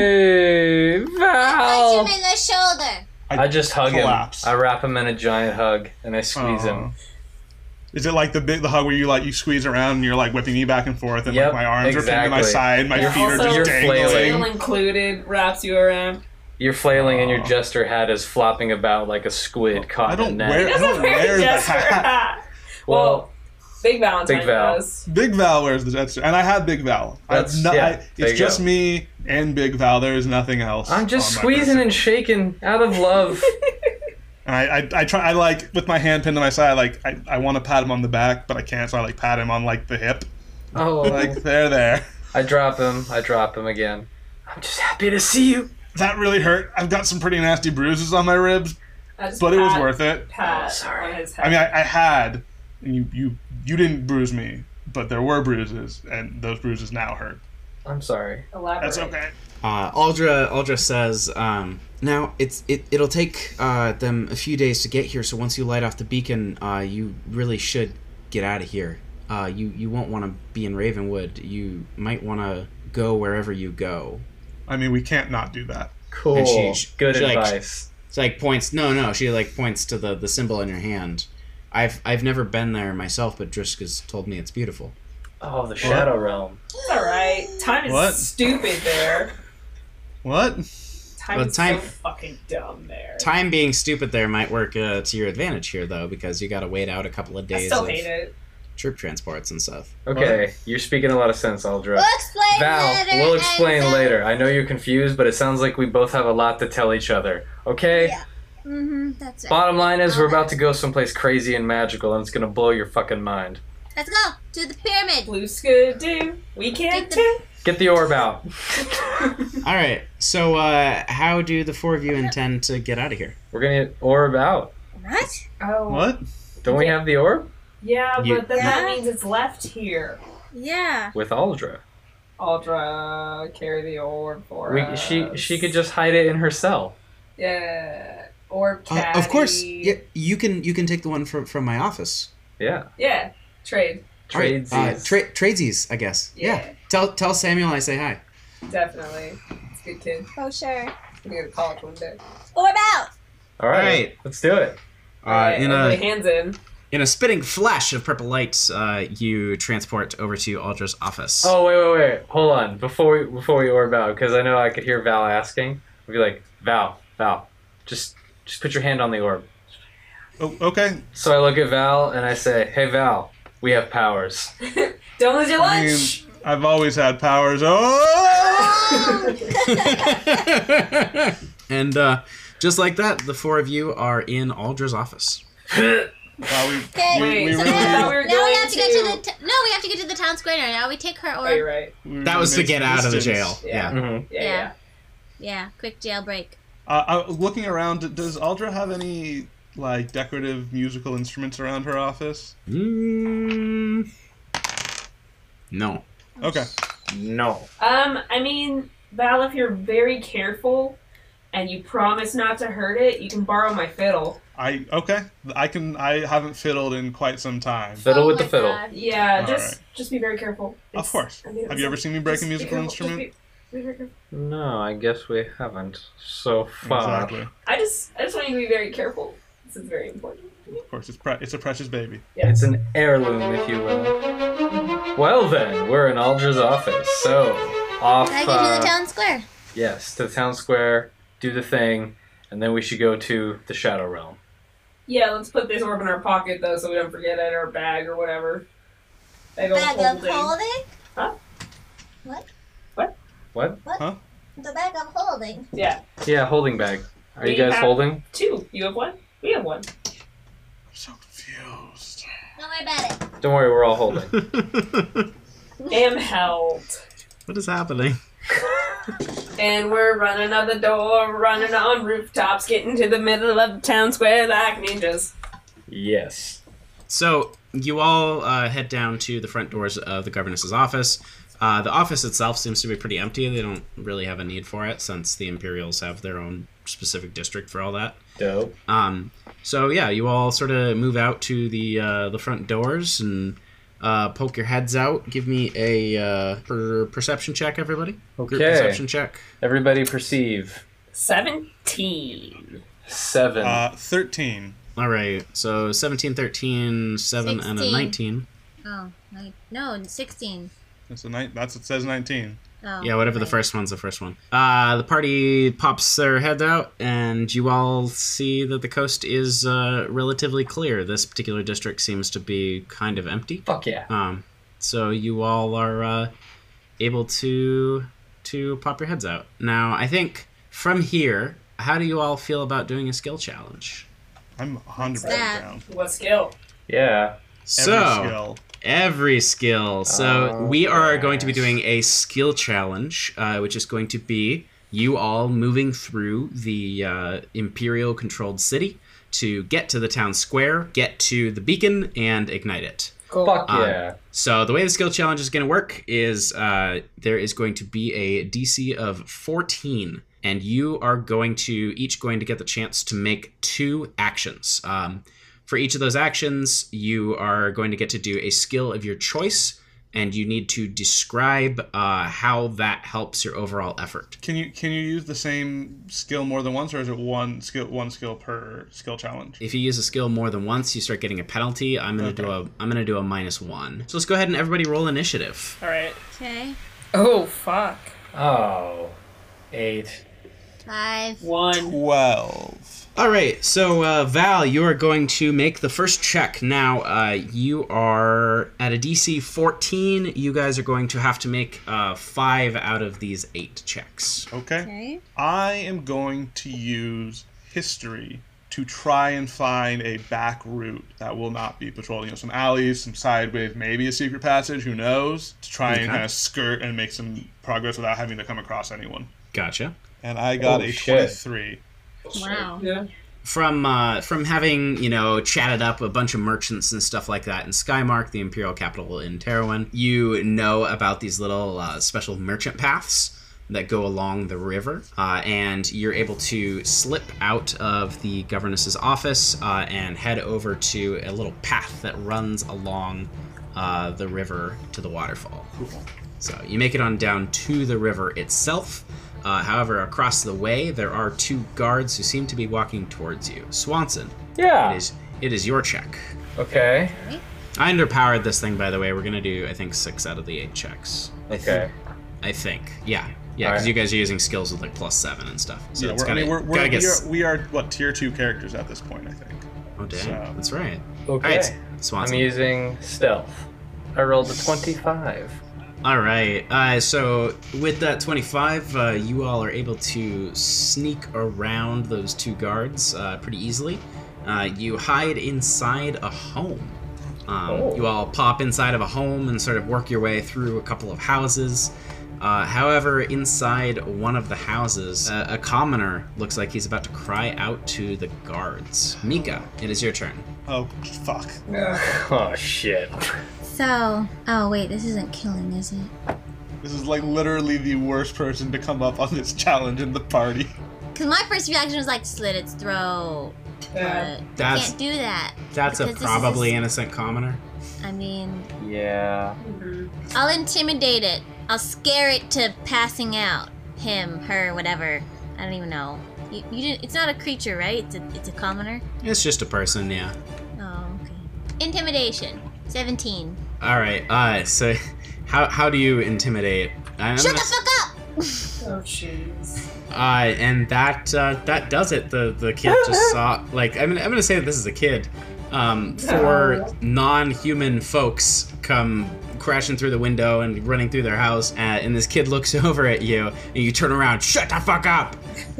[SPEAKER 4] Hey,
[SPEAKER 5] Punch
[SPEAKER 4] Val!
[SPEAKER 6] Oh.
[SPEAKER 5] him in the shoulder.
[SPEAKER 4] I just hug
[SPEAKER 2] Collapse.
[SPEAKER 4] him. I wrap him in a giant hug and I squeeze
[SPEAKER 2] Aw.
[SPEAKER 4] him.
[SPEAKER 2] Oh. Is it like the big the hug where you like you squeeze around and you're like whipping me back and forth and
[SPEAKER 4] Yep,
[SPEAKER 2] like my arms are pinned to my
[SPEAKER 4] exactly.
[SPEAKER 2] side, my
[SPEAKER 6] Yeah,
[SPEAKER 2] feet are
[SPEAKER 6] also-
[SPEAKER 2] just
[SPEAKER 6] You're
[SPEAKER 2] dangling.
[SPEAKER 4] flailing.
[SPEAKER 6] Tail included wraps you around.
[SPEAKER 4] You're flailing and your
[SPEAKER 2] Aw.
[SPEAKER 4] jester hat is flopping about like a squid caught
[SPEAKER 2] Oh. I
[SPEAKER 4] in
[SPEAKER 2] don't
[SPEAKER 4] a net.
[SPEAKER 2] wear. I
[SPEAKER 6] That's a
[SPEAKER 2] don't
[SPEAKER 6] very
[SPEAKER 2] wear the
[SPEAKER 6] gesture.
[SPEAKER 2] hat.
[SPEAKER 4] well,
[SPEAKER 6] Well, Big Valentine
[SPEAKER 4] Big Val.
[SPEAKER 6] does.
[SPEAKER 2] Big Val wears the jester, and I had Big Val.
[SPEAKER 4] That's-
[SPEAKER 2] I've not,
[SPEAKER 4] yeah,
[SPEAKER 2] I,
[SPEAKER 4] there
[SPEAKER 2] it's
[SPEAKER 4] you
[SPEAKER 2] just
[SPEAKER 4] go.
[SPEAKER 2] me and Big Val. There is nothing else.
[SPEAKER 4] I'm just
[SPEAKER 2] on oh, my
[SPEAKER 4] squeezing
[SPEAKER 2] person.
[SPEAKER 4] and shaking out of love.
[SPEAKER 2] And I, I, I try. I like with my hand pinned to my side. Like I, I want to pat him on the back, but I can't. So I like pat him on like the hip.
[SPEAKER 4] oh,
[SPEAKER 2] Like there, there.
[SPEAKER 4] I drop him. I drop him again. I'm just happy to see you.
[SPEAKER 2] That really hurt. I've got some pretty nasty bruises on my ribs,
[SPEAKER 6] I just
[SPEAKER 2] but it was
[SPEAKER 6] pat-
[SPEAKER 2] worth it.
[SPEAKER 6] Pat
[SPEAKER 4] Oh, sorry.
[SPEAKER 6] on his head.
[SPEAKER 2] I mean, I, I had. And you, you, you didn't bruise me, but there were bruises, and those bruises now hurt.
[SPEAKER 4] I'm sorry.
[SPEAKER 6] Elaborate.
[SPEAKER 2] That's okay.
[SPEAKER 1] Uh, Aldra, Aldra says, um, now it's it, it'll take uh, them a few days to get here, so once you light off the beacon, uh, you really should get out of here. uh, you you won't want to be in Ravenwood. You might want to go wherever you go.
[SPEAKER 2] I mean, we can't not do that.
[SPEAKER 4] Cool.
[SPEAKER 1] And she- she-
[SPEAKER 4] Good
[SPEAKER 1] she, like,
[SPEAKER 4] advice.
[SPEAKER 1] It's like points. No, no. She like points to the the symbol in your hand. I've I've never been there myself, but Driska's told me it's beautiful.
[SPEAKER 4] oh, the Shadow Realm.
[SPEAKER 6] It's all right. Time is
[SPEAKER 2] What?
[SPEAKER 6] stupid there.
[SPEAKER 2] What?
[SPEAKER 6] Time
[SPEAKER 1] Well,
[SPEAKER 6] is
[SPEAKER 1] time-
[SPEAKER 6] so fucking dumb there.
[SPEAKER 1] Time being stupid there might work uh, to your advantage here though, because you got to wait out a couple of
[SPEAKER 6] I
[SPEAKER 1] days
[SPEAKER 6] still
[SPEAKER 1] of
[SPEAKER 6] hate it.
[SPEAKER 1] troop transports and stuff.
[SPEAKER 4] Okay, you're speaking a lot of sense, Aldra.
[SPEAKER 5] We'll explain
[SPEAKER 4] Val,
[SPEAKER 5] later.
[SPEAKER 4] we'll
[SPEAKER 5] and uh,
[SPEAKER 4] explain
[SPEAKER 5] so-
[SPEAKER 4] later. I know you're confused, but it sounds like we both have a lot to tell each other. Okay?
[SPEAKER 5] Yeah. hmm that's right.
[SPEAKER 4] Bottom line is, we're
[SPEAKER 5] Okay.
[SPEAKER 4] about to go someplace crazy and magical, and it's gonna blow your fucking mind.
[SPEAKER 5] Let's go to the pyramid.
[SPEAKER 6] Blue skidoo, we can't do.
[SPEAKER 4] Get the orb out.
[SPEAKER 1] All right. So uh, how do the four of you intend to get out of here?
[SPEAKER 4] We're gonna get orb out.
[SPEAKER 5] What?
[SPEAKER 6] Oh,
[SPEAKER 2] What?
[SPEAKER 4] Don't we have the orb?
[SPEAKER 6] yeah,
[SPEAKER 1] You-
[SPEAKER 6] but then that
[SPEAKER 5] Yeah.
[SPEAKER 6] means it's left here.
[SPEAKER 5] Yeah.
[SPEAKER 4] With Aldra.
[SPEAKER 6] Aldra, carry the orb for
[SPEAKER 4] We,
[SPEAKER 6] us.
[SPEAKER 4] she she could just hide it in her cell.
[SPEAKER 6] Yeah, orb
[SPEAKER 1] Uh,
[SPEAKER 6] caddy.
[SPEAKER 1] of course. Yeah, you can you can take the one from from my office.
[SPEAKER 4] Yeah.
[SPEAKER 6] Yeah, trade.
[SPEAKER 1] All right,
[SPEAKER 4] Tradesies.
[SPEAKER 1] Uh, tra- tradesies, I guess. Yeah.
[SPEAKER 6] Yeah.
[SPEAKER 1] Tell tell Samuel I say hi.
[SPEAKER 6] Definitely. It's a good kid.
[SPEAKER 5] Oh sure.
[SPEAKER 6] I'm gonna go to college one day.
[SPEAKER 5] Orb out.
[SPEAKER 4] All right,
[SPEAKER 1] Alright.
[SPEAKER 4] let's do it.
[SPEAKER 1] Uh, in
[SPEAKER 6] everybody
[SPEAKER 1] a
[SPEAKER 6] hands in.
[SPEAKER 1] in a spitting flash of purple lights, uh, you transport over to Aldra's office.
[SPEAKER 4] Oh wait, wait, wait. Hold on. Before we before we orb out, because I know I could hear Val asking. I'd be like, Val, Val, just just put your hand on the orb.
[SPEAKER 2] Oh, okay.
[SPEAKER 4] So I look at Val and I say, Hey Val, we have powers.
[SPEAKER 6] Don't lose your
[SPEAKER 2] I mean,
[SPEAKER 6] lunch.
[SPEAKER 2] I've always had powers. Oh!
[SPEAKER 1] and uh, just like that, the four of you are in Aldra's office.
[SPEAKER 2] Wow, we,
[SPEAKER 5] Okay.
[SPEAKER 2] we, we
[SPEAKER 5] so
[SPEAKER 2] really,
[SPEAKER 5] now,
[SPEAKER 6] we were
[SPEAKER 5] now we
[SPEAKER 6] going
[SPEAKER 5] have to, get
[SPEAKER 6] to-
[SPEAKER 5] to the t- no. We have to get to the town square. Now we take her
[SPEAKER 6] Oh, you're
[SPEAKER 5] orb.
[SPEAKER 6] right.
[SPEAKER 2] we
[SPEAKER 1] That was to
[SPEAKER 2] made
[SPEAKER 1] get
[SPEAKER 2] some
[SPEAKER 1] out of the jail.
[SPEAKER 2] distance.
[SPEAKER 1] Yeah.
[SPEAKER 4] Mhm.
[SPEAKER 6] Yeah.
[SPEAKER 5] Yeah.
[SPEAKER 6] yeah.
[SPEAKER 5] Yeah. Quick jailbreak.
[SPEAKER 2] Uh, I was looking around. d- Does Aldra have any like decorative musical instruments around her office?
[SPEAKER 1] Mm. No.
[SPEAKER 2] Okay.
[SPEAKER 7] No.
[SPEAKER 6] Um, I mean, Val, if you're very careful and you promise not to hurt it, you can borrow my fiddle.
[SPEAKER 2] I okay. I can. I haven't fiddled in quite some time.
[SPEAKER 4] Fiddle
[SPEAKER 5] Oh
[SPEAKER 4] with the
[SPEAKER 5] my
[SPEAKER 4] fiddle.
[SPEAKER 5] God.
[SPEAKER 6] Yeah,
[SPEAKER 2] All
[SPEAKER 6] just
[SPEAKER 2] right.
[SPEAKER 6] just be very careful.
[SPEAKER 2] Of course.
[SPEAKER 6] I mean,
[SPEAKER 2] Have you ever seen me break a
[SPEAKER 6] just be
[SPEAKER 2] musical
[SPEAKER 6] careful, just
[SPEAKER 2] instrument?
[SPEAKER 6] be- be very careful.
[SPEAKER 4] No, I guess we haven't so far.
[SPEAKER 2] Exactly.
[SPEAKER 6] I just I just want you to be very careful. This is very important.
[SPEAKER 2] Of course, it's pre- it's a precious baby.
[SPEAKER 4] It's an heirloom, if you will. Well then, we're in Aldra's office. So off.
[SPEAKER 5] I go to
[SPEAKER 4] uh,
[SPEAKER 5] the town square.
[SPEAKER 4] Yes, to the town square, do the thing, and then we should go to the Shadow Realm.
[SPEAKER 6] Yeah, let's put this orb in our pocket though, so we don't forget it or bag or whatever. Bag of
[SPEAKER 5] Bag of
[SPEAKER 6] holding.
[SPEAKER 5] holding.
[SPEAKER 4] What?
[SPEAKER 5] The bag of holding.
[SPEAKER 6] Yeah,
[SPEAKER 4] Yeah, holding bag. Are
[SPEAKER 6] We
[SPEAKER 4] you guys
[SPEAKER 6] have-
[SPEAKER 4] holding?
[SPEAKER 6] two. You have one. We have one.
[SPEAKER 2] I'm so confused.
[SPEAKER 5] Don't worry about it.
[SPEAKER 4] Don't worry, we're all holding.
[SPEAKER 6] Am held.
[SPEAKER 1] What is happening?
[SPEAKER 6] And we're running out the door, running on rooftops, getting to the middle of the town square like ninjas.
[SPEAKER 4] yes.
[SPEAKER 1] So you all uh, head down to the front doors of the governess's office. Uh, the office itself seems to be pretty empty. They don't really have a need for it since the Imperials have their own specific district for all that.
[SPEAKER 4] Dope.
[SPEAKER 1] Um, so yeah, you all sort of move out to the uh, the front doors and uh, poke your heads out. Give me a uh, per- perception check, everybody. Oh, Group
[SPEAKER 4] Okay.
[SPEAKER 1] perception check.
[SPEAKER 4] Everybody perceive.
[SPEAKER 6] 17.
[SPEAKER 4] Seven.
[SPEAKER 2] Uh, thirteen.
[SPEAKER 1] All right, so 17, 13, 7, and a
[SPEAKER 5] 16.
[SPEAKER 1] 19.
[SPEAKER 5] Oh, I- no, 16.
[SPEAKER 2] That's a nine. That's it says nineteen.
[SPEAKER 5] Oh,
[SPEAKER 1] Yeah, whatever the
[SPEAKER 5] right.
[SPEAKER 1] first one's the first one. Uh, the party pops their head out, and you all see that the coast is uh, relatively clear. This particular district seems to be kind of empty.
[SPEAKER 4] Fuck yeah.
[SPEAKER 1] Um, so you all are uh, able to to pop your heads out. Now, I think from here, how do you all feel about doing a skill challenge?
[SPEAKER 2] I'm hundred
[SPEAKER 5] that?
[SPEAKER 2] percent down.
[SPEAKER 6] What skill?
[SPEAKER 4] Yeah.
[SPEAKER 2] Every
[SPEAKER 1] so
[SPEAKER 2] skill.
[SPEAKER 1] every skill. So
[SPEAKER 4] Oh,
[SPEAKER 1] we are going
[SPEAKER 4] yes.
[SPEAKER 1] to be doing a skill challenge, uh, which is going to be you all moving through the uh, imperial controlled city to get to the town square, get to the beacon, and ignite it.
[SPEAKER 4] Fuck
[SPEAKER 1] Um,
[SPEAKER 4] yeah.
[SPEAKER 1] So the way the skill challenge is going to work is uh, there is going to be a DC of 14, and you are going to each going to get the chance to make two actions. Um, For each of those actions, you are going to get to do a skill of your choice, and you need to describe uh, how that helps your overall effort.
[SPEAKER 2] Can you can you use the same skill more than once, or is it one skill one skill per skill challenge?
[SPEAKER 1] If you use a skill more than once, you start getting a penalty. I'm gonna do a I'm gonna do a minus one. So let's go ahead and everybody roll initiative.
[SPEAKER 6] All right.
[SPEAKER 5] Okay.
[SPEAKER 6] Oh fuck.
[SPEAKER 4] Oh, eight.
[SPEAKER 5] Five.
[SPEAKER 6] One.
[SPEAKER 2] Twelve.
[SPEAKER 1] All right, so uh, Val, you are going to make the first check. Now, uh, you are at a DC 14. You guys are going to have to make uh, five out of these eight checks.
[SPEAKER 2] Okay.
[SPEAKER 5] Okay.
[SPEAKER 2] I am going to use history to try and find a back route that will not be patrolled. You know, some alleys, some sideways, maybe a secret passage. Who knows? To try and
[SPEAKER 1] Okay.
[SPEAKER 2] kind of skirt and make some progress without having to come across anyone.
[SPEAKER 1] Gotcha.
[SPEAKER 2] And I got
[SPEAKER 4] Oh,
[SPEAKER 2] a
[SPEAKER 4] shit.
[SPEAKER 2] twenty-three.
[SPEAKER 5] Wow.
[SPEAKER 6] Yeah.
[SPEAKER 1] From uh, from having you know chatted up a bunch of merchants and stuff like that in Skymark, the imperial capital in Terrawin, you know about these little uh, special merchant paths that go along the river, uh, and you're able to slip out of the governess's office uh, and head over to a little path that runs along uh, the river to the waterfall. So you make it on down to the river itself. Uh, however, across the way, there are two guards who seem to be walking towards you. Swanson, it
[SPEAKER 4] Yeah.
[SPEAKER 1] is, it is your check.
[SPEAKER 4] Okay.
[SPEAKER 1] I underpowered this thing, by the way. We're going to do, I think, six out of the eight checks.
[SPEAKER 4] Okay.
[SPEAKER 1] I think. Yeah. Yeah, because
[SPEAKER 4] Alright.
[SPEAKER 1] you guys are using skills with like plus seven and stuff. So
[SPEAKER 2] yeah,
[SPEAKER 1] it's
[SPEAKER 2] we're,
[SPEAKER 1] gotta,
[SPEAKER 2] I mean, we're, we're,
[SPEAKER 1] gotta get.
[SPEAKER 2] we,
[SPEAKER 1] s-
[SPEAKER 2] are, we are what tier two characters at this point, I think.
[SPEAKER 1] oh, dang.
[SPEAKER 2] so-
[SPEAKER 1] That's right. All
[SPEAKER 4] Okay.
[SPEAKER 1] right,
[SPEAKER 4] I'm
[SPEAKER 1] Swanson.
[SPEAKER 4] using stealth. I rolled a 25.
[SPEAKER 1] All right. Uh, so with that 25, uh, you all are able to sneak around those two guards uh, pretty easily. Uh, you hide inside a home. Um,
[SPEAKER 4] Oh.
[SPEAKER 1] You all pop inside of a home and sort of work your way through a couple of houses. Uh, however, inside one of the houses, uh, a commoner looks like he's about to cry out to the guards. Mika, it is your turn.
[SPEAKER 2] Oh fuck!
[SPEAKER 4] Oh, shit.
[SPEAKER 5] So, oh wait, this isn't killing, is it?
[SPEAKER 2] This is like literally the worst person to come up on this challenge in the party.
[SPEAKER 5] Because my first reaction was like slit its throat, but you
[SPEAKER 1] That's-
[SPEAKER 5] can't do that.
[SPEAKER 1] That's a
[SPEAKER 5] Because this is-
[SPEAKER 1] probably innocent commoner.
[SPEAKER 5] I mean,
[SPEAKER 4] Yeah.
[SPEAKER 5] I'll intimidate it. I'll scare it to passing out. Him, her, whatever. I don't even know. You, you didn't, it's not a creature, right? It's a, it's a commoner.
[SPEAKER 1] It's just a person, yeah.
[SPEAKER 5] Oh, okay. Intimidation. 17.
[SPEAKER 1] All right. Uh, so, how how do you intimidate? I'm
[SPEAKER 5] Shut
[SPEAKER 1] gonna-
[SPEAKER 5] the fuck up!
[SPEAKER 6] Oh jeez.
[SPEAKER 1] uh, and that uh, that does it. The the kid just saw. Like I'm gonna, I'm gonna say that this is a kid. Um, for non-human folks come crashing through the window and running through their house, uh, and this kid looks over at you, and you turn around. Shut the fuck up!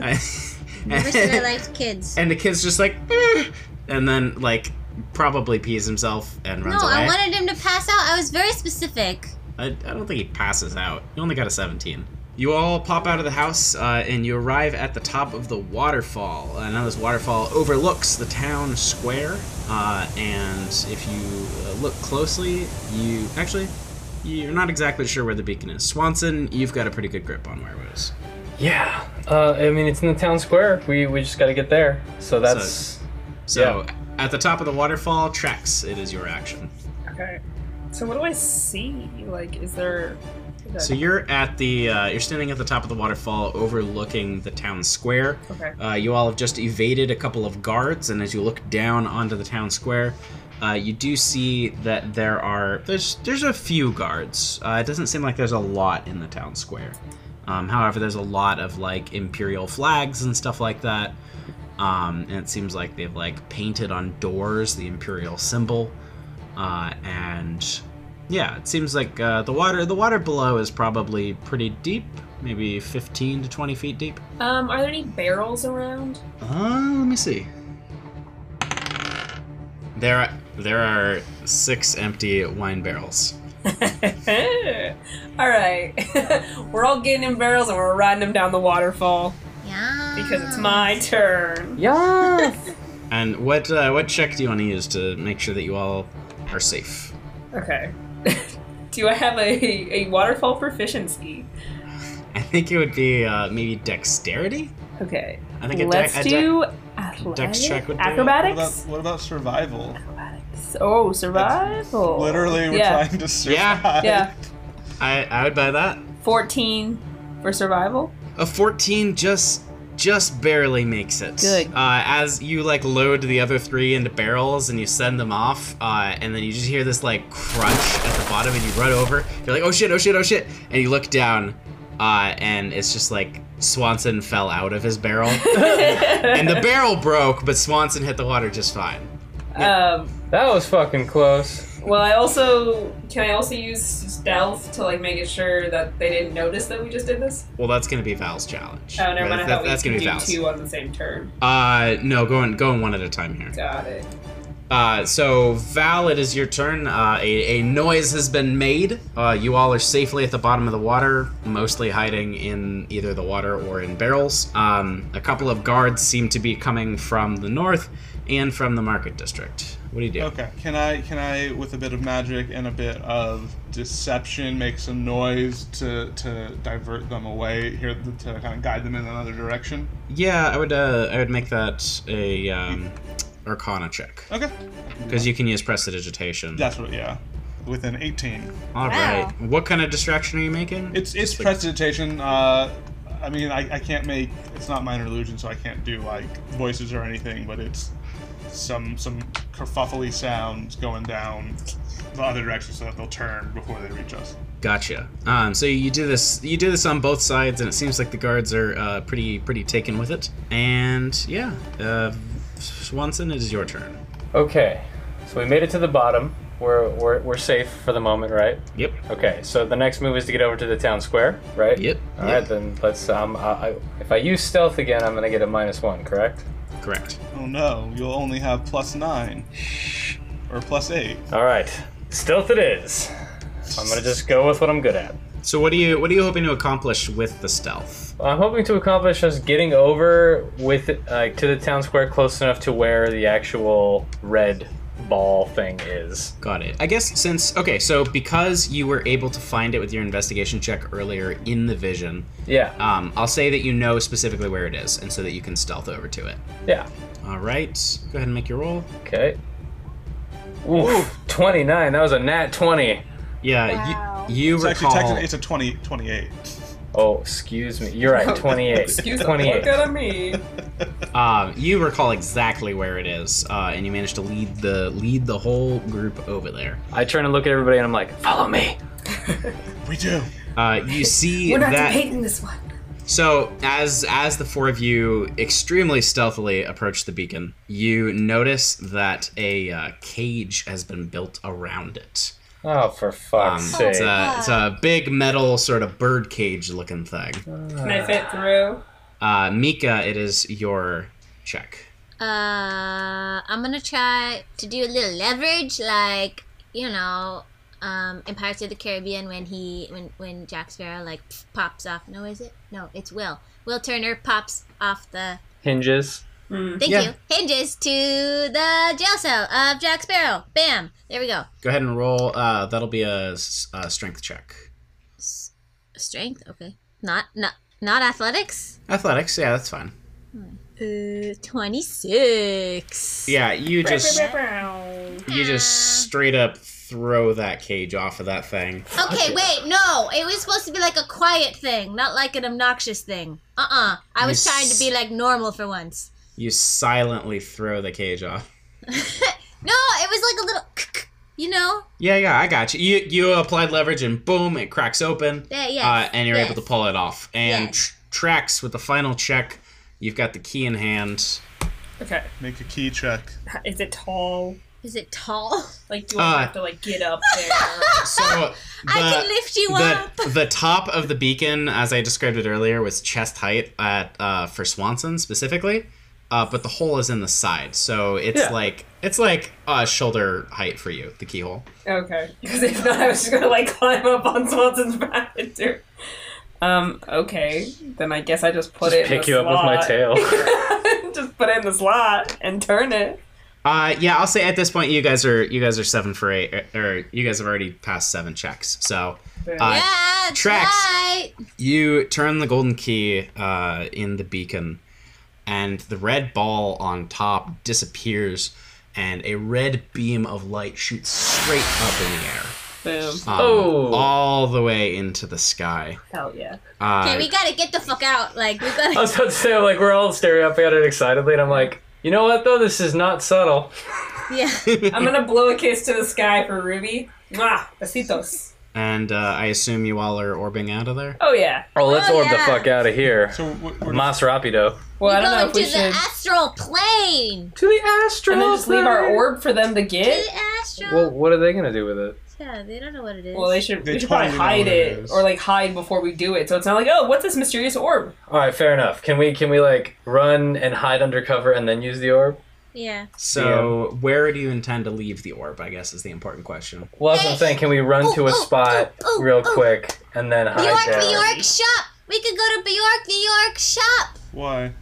[SPEAKER 5] Never said I liked kids.
[SPEAKER 1] and the kid's just like, "Eh," and then like probably pees himself and
[SPEAKER 5] No,
[SPEAKER 1] runs away.
[SPEAKER 5] I wanted him to pass out. I was very specific.
[SPEAKER 1] I, I don't think he passes out. You only got a 17. You all pop out of the house uh, and you arrive at the top of the waterfall. Uh, now, this waterfall overlooks the town square, uh, and if you uh, look closely, you actually you're not exactly sure where the beacon is. Swanson, you've got a pretty good grip on where it was.
[SPEAKER 4] Yeah. Uh, I mean, it's in the town square. We, we just gotta get there. So that's.
[SPEAKER 1] So, at the top of the waterfall, tracks. It is your action.
[SPEAKER 6] Okay. So what do I see? Like, is there?
[SPEAKER 1] So you're at the uh, you're standing at the top of the waterfall, overlooking the town square.
[SPEAKER 6] Okay.
[SPEAKER 1] Uh, you all have just evaded a couple of guards, and as you look down onto the town square, uh, you do see that there are there's there's a few guards. Uh, it doesn't seem like there's a lot in the town square. Um, however, there's a lot of like imperial flags and stuff like that, um, and it seems like they've like painted on doors the imperial symbol, uh, and yeah, it seems like uh, the water the water below is probably pretty deep, maybe 15 to 20 feet deep.
[SPEAKER 6] Um, are there any barrels around?
[SPEAKER 1] Uh, let me see. There, are, there are six empty wine barrels.
[SPEAKER 6] all right. we're all getting in barrels and we're riding them down the waterfall
[SPEAKER 5] Yeah.
[SPEAKER 6] because it's my turn.
[SPEAKER 4] Yes!
[SPEAKER 1] And what uh, what check do you want to use to make sure that you all are safe?
[SPEAKER 6] Okay. do I have a a waterfall proficiency?
[SPEAKER 1] I think it would be uh, maybe dexterity.
[SPEAKER 6] Okay.
[SPEAKER 1] I think a,
[SPEAKER 6] Let's
[SPEAKER 1] dex- a de-
[SPEAKER 6] do. uh, Athletic?
[SPEAKER 1] Dex check would do it.
[SPEAKER 6] Acrobatics?
[SPEAKER 2] What about, what about survival?
[SPEAKER 6] Oh, survival.
[SPEAKER 2] Literally, we're
[SPEAKER 6] yeah.
[SPEAKER 2] trying to survive.
[SPEAKER 6] Yeah.
[SPEAKER 1] I, I would buy that.
[SPEAKER 6] 14 for survival.
[SPEAKER 1] A 14 just just barely makes it.
[SPEAKER 6] Good.
[SPEAKER 1] Uh, as you like load the other three into barrels and you send them off, uh, and then you just hear this like crunch at the bottom, and you run over. You're like, oh shit, oh shit, oh shit, and you look down, uh, and it's just like Swanson fell out of his barrel, and the barrel broke, but Swanson hit the water just fine.
[SPEAKER 6] Um,
[SPEAKER 4] That was fucking close.
[SPEAKER 6] well, I also can I also use stealth to like make it sure that they didn't notice that we just did this.
[SPEAKER 1] Well, that's gonna be Val's challenge.
[SPEAKER 6] Oh, never mind. I
[SPEAKER 1] That-
[SPEAKER 6] thought we
[SPEAKER 1] that's gonna
[SPEAKER 6] could
[SPEAKER 1] be
[SPEAKER 6] do
[SPEAKER 1] Val's.
[SPEAKER 6] two on the same turn.
[SPEAKER 1] Uh, no, going going one at a time here.
[SPEAKER 6] Got it.
[SPEAKER 1] Uh, so Val, it is your turn. Uh, a, a noise has been made. Uh, you all are safely at the bottom of the water, mostly hiding in either the water or in barrels. Um, a couple of guards seem to be coming from the north and from the market district. What do you do?
[SPEAKER 2] Okay. Can I can I with a bit of magic and a bit of deception make some noise to to divert them away here to kind of guide them in another direction?
[SPEAKER 1] Yeah, I would. Uh, I would make that a um, Arcana check
[SPEAKER 2] Okay.
[SPEAKER 1] because you can use prestidigitation.
[SPEAKER 2] That's what. Yeah. With an 18.
[SPEAKER 1] All right. What kind of distraction are you making?
[SPEAKER 2] It's it's prestidigitation. Uh, I mean, I, I can't make. It's not minor illusion, so I can't do like voices or anything. But it's some some kerfuffly sounds going down the other direction, so that they'll turn before they reach us.
[SPEAKER 1] Gotcha. Um, so you do this, you do this on both sides, and it seems like the guards are uh, pretty, pretty taken with it. And yeah, uh, Swanson, it is your turn.
[SPEAKER 4] Okay, so we made it to the bottom. We're, we're, we're safe for the moment, right?
[SPEAKER 1] Yep.
[SPEAKER 4] Okay, so the next move is to get over to the town square, right?
[SPEAKER 1] Yep.
[SPEAKER 4] All right, then let's. Um, I, I, if I use stealth again, I'm gonna get a minus one, correct?
[SPEAKER 1] Correct.
[SPEAKER 2] Oh no, you'll only have plus nine. Or plus eight.
[SPEAKER 4] All right, stealth it is. I'm gonna just go with what I'm good at.
[SPEAKER 1] So what do you, what are you hoping to accomplish with the stealth?
[SPEAKER 4] I'm hoping to accomplish just getting over with like to the town square close enough to where the actual red ball thing is.
[SPEAKER 1] Got it. I guess since okay, so because you were able to find it with your investigation check earlier in the vision,
[SPEAKER 4] Yeah.
[SPEAKER 1] um, I'll say that you know specifically where it is, and so that you can stealth over to it.
[SPEAKER 4] yeah.
[SPEAKER 1] All right. Go ahead and make your roll.
[SPEAKER 4] Okay. Oof, 29. That was a nat 20.
[SPEAKER 1] Yeah.
[SPEAKER 5] Wow.
[SPEAKER 1] You, you
[SPEAKER 2] It's
[SPEAKER 1] recall.
[SPEAKER 2] actually technically it's a 20, 28.
[SPEAKER 4] Oh, excuse me. You're right. 28.
[SPEAKER 6] Excuse the fuck
[SPEAKER 4] 28.
[SPEAKER 6] out of me.
[SPEAKER 1] Um, you recall exactly where it is, uh, and you managed to lead the lead the whole group over there.
[SPEAKER 4] I turn and look at everybody and I'm like, follow me.
[SPEAKER 2] We do.
[SPEAKER 1] Uh, you see
[SPEAKER 6] We're not
[SPEAKER 1] that.
[SPEAKER 6] debating this one.
[SPEAKER 1] So as as the four of you extremely stealthily approach the beacon, you notice that a uh, cage has been built around it. Um,
[SPEAKER 4] Oh, for
[SPEAKER 6] Um,
[SPEAKER 4] fuck's sake.
[SPEAKER 1] It's a, it's a big metal sort of bird cage looking thing.
[SPEAKER 6] Can I fit through?
[SPEAKER 1] Uh, Mika, it is your check.
[SPEAKER 5] Uh, I'm gonna try to do a little leverage, like you know, um, in Pirates of the Caribbean when he when when Jack Sparrow like pops off. No, is it? No, it's Will. Will Turner pops off the
[SPEAKER 4] Hinges.
[SPEAKER 5] thank you hinges to the jail cell of Jack Sparrow. Bam! There we go.
[SPEAKER 1] Go ahead and roll. Uh, that'll be a, s- a strength check.
[SPEAKER 5] Strength. Okay. Not not not athletics.
[SPEAKER 1] Athletics, yeah, that's fine.
[SPEAKER 5] Uh, twenty six.
[SPEAKER 1] Yeah, you just
[SPEAKER 6] It's
[SPEAKER 1] you just straight up throw that cage off of that thing.
[SPEAKER 5] Okay, wait, no. It was supposed to be like a quiet thing, not like an obnoxious thing. Uh uh I was
[SPEAKER 1] You
[SPEAKER 5] trying to be like normal for once.
[SPEAKER 1] You silently throw the cage off.
[SPEAKER 5] No, it was like a little, you know?
[SPEAKER 1] Yeah, yeah, I got you. You you applied leverage and boom, it cracks open.
[SPEAKER 5] Yeah, yes,
[SPEAKER 1] uh, and you're
[SPEAKER 5] yes.
[SPEAKER 1] able to pull it off. And
[SPEAKER 5] Yes.
[SPEAKER 1] tr- tracks with the final check. You've got the key in hand.
[SPEAKER 6] Okay.
[SPEAKER 2] Make a key check.
[SPEAKER 6] Is it tall?
[SPEAKER 5] Is it tall?
[SPEAKER 6] Like, do I
[SPEAKER 1] Uh,
[SPEAKER 6] have to like get up there?
[SPEAKER 1] So the,
[SPEAKER 5] I can lift you up.
[SPEAKER 1] the, the top of the beacon, as I described it earlier, was chest height at uh, for Swanson specifically, uh, but the hole is in the side, so it's
[SPEAKER 4] Yeah.
[SPEAKER 1] like it's like uh, shoulder height for you, the keyhole.
[SPEAKER 6] okay. Because if not, I was just gonna like climb up on Swanson's back and do. Um. Okay. Then I guess I just put it. in
[SPEAKER 4] Pick
[SPEAKER 6] the
[SPEAKER 4] you up with my
[SPEAKER 6] slot.
[SPEAKER 4] tail.
[SPEAKER 6] just put it in the slot and turn it.
[SPEAKER 1] Uh, yeah, I'll say at this point you guys are you guys are seven for eight, or, or you guys have already passed seven checks. So uh,
[SPEAKER 5] yeah, that's
[SPEAKER 1] tracks.
[SPEAKER 5] right.
[SPEAKER 1] you turn the golden key uh, in the beacon, and the red ball on top disappears, and a red beam of light shoots straight up in the air.
[SPEAKER 6] Boom.
[SPEAKER 1] um,
[SPEAKER 4] Oh.
[SPEAKER 1] all the way into the sky.
[SPEAKER 6] Hell yeah.
[SPEAKER 1] Uh,
[SPEAKER 5] Okay, we gotta get the fuck out. Like, we
[SPEAKER 4] I
[SPEAKER 5] gotta.
[SPEAKER 4] was about to say, like, we're all staring up at it excitedly, and I'm like, you know what, though? This is not subtle.
[SPEAKER 5] Yeah.
[SPEAKER 6] I'm gonna blow a kiss to the sky for Ruby. Mwah! Besitos.
[SPEAKER 1] and uh, I assume you all are orbing out of there.
[SPEAKER 6] Oh yeah.
[SPEAKER 4] Oh, let's
[SPEAKER 5] Oh,
[SPEAKER 4] orb the
[SPEAKER 5] yeah.
[SPEAKER 4] fuck out of here.
[SPEAKER 2] So we're, we're
[SPEAKER 4] Mas Rapido.
[SPEAKER 6] Well, I
[SPEAKER 5] We're
[SPEAKER 6] don't know
[SPEAKER 5] going
[SPEAKER 6] if we
[SPEAKER 5] to the
[SPEAKER 6] should.
[SPEAKER 5] astral plane.
[SPEAKER 4] To the astral.
[SPEAKER 6] And then just leave our orb for them to
[SPEAKER 5] To
[SPEAKER 6] get.
[SPEAKER 5] the astral.
[SPEAKER 4] Well, what are they gonna do with it?
[SPEAKER 5] yeah, they don't know what it is.
[SPEAKER 6] Well, they should.
[SPEAKER 2] They
[SPEAKER 6] we should
[SPEAKER 2] totally
[SPEAKER 6] probably
[SPEAKER 2] know
[SPEAKER 6] hide
[SPEAKER 2] what it
[SPEAKER 6] it,
[SPEAKER 2] is.
[SPEAKER 6] or like hide before we do it. So it's not like, oh, what's this mysterious orb?
[SPEAKER 4] All right, fair enough. Can we can we like run and hide undercover and then use the orb?
[SPEAKER 5] yeah.
[SPEAKER 1] So where do you intend to leave the orb? I guess is the important question.
[SPEAKER 4] Well, that's what I'm saying. Can we run
[SPEAKER 6] Oh,
[SPEAKER 5] Ooh,
[SPEAKER 4] to a
[SPEAKER 5] ooh,
[SPEAKER 4] spot
[SPEAKER 5] ooh, ooh,
[SPEAKER 4] real
[SPEAKER 5] ooh.
[SPEAKER 4] quick and then hide
[SPEAKER 5] Bjork,
[SPEAKER 4] there?
[SPEAKER 5] Bjork shop. We could go to Bjork, Bjork shop
[SPEAKER 2] why?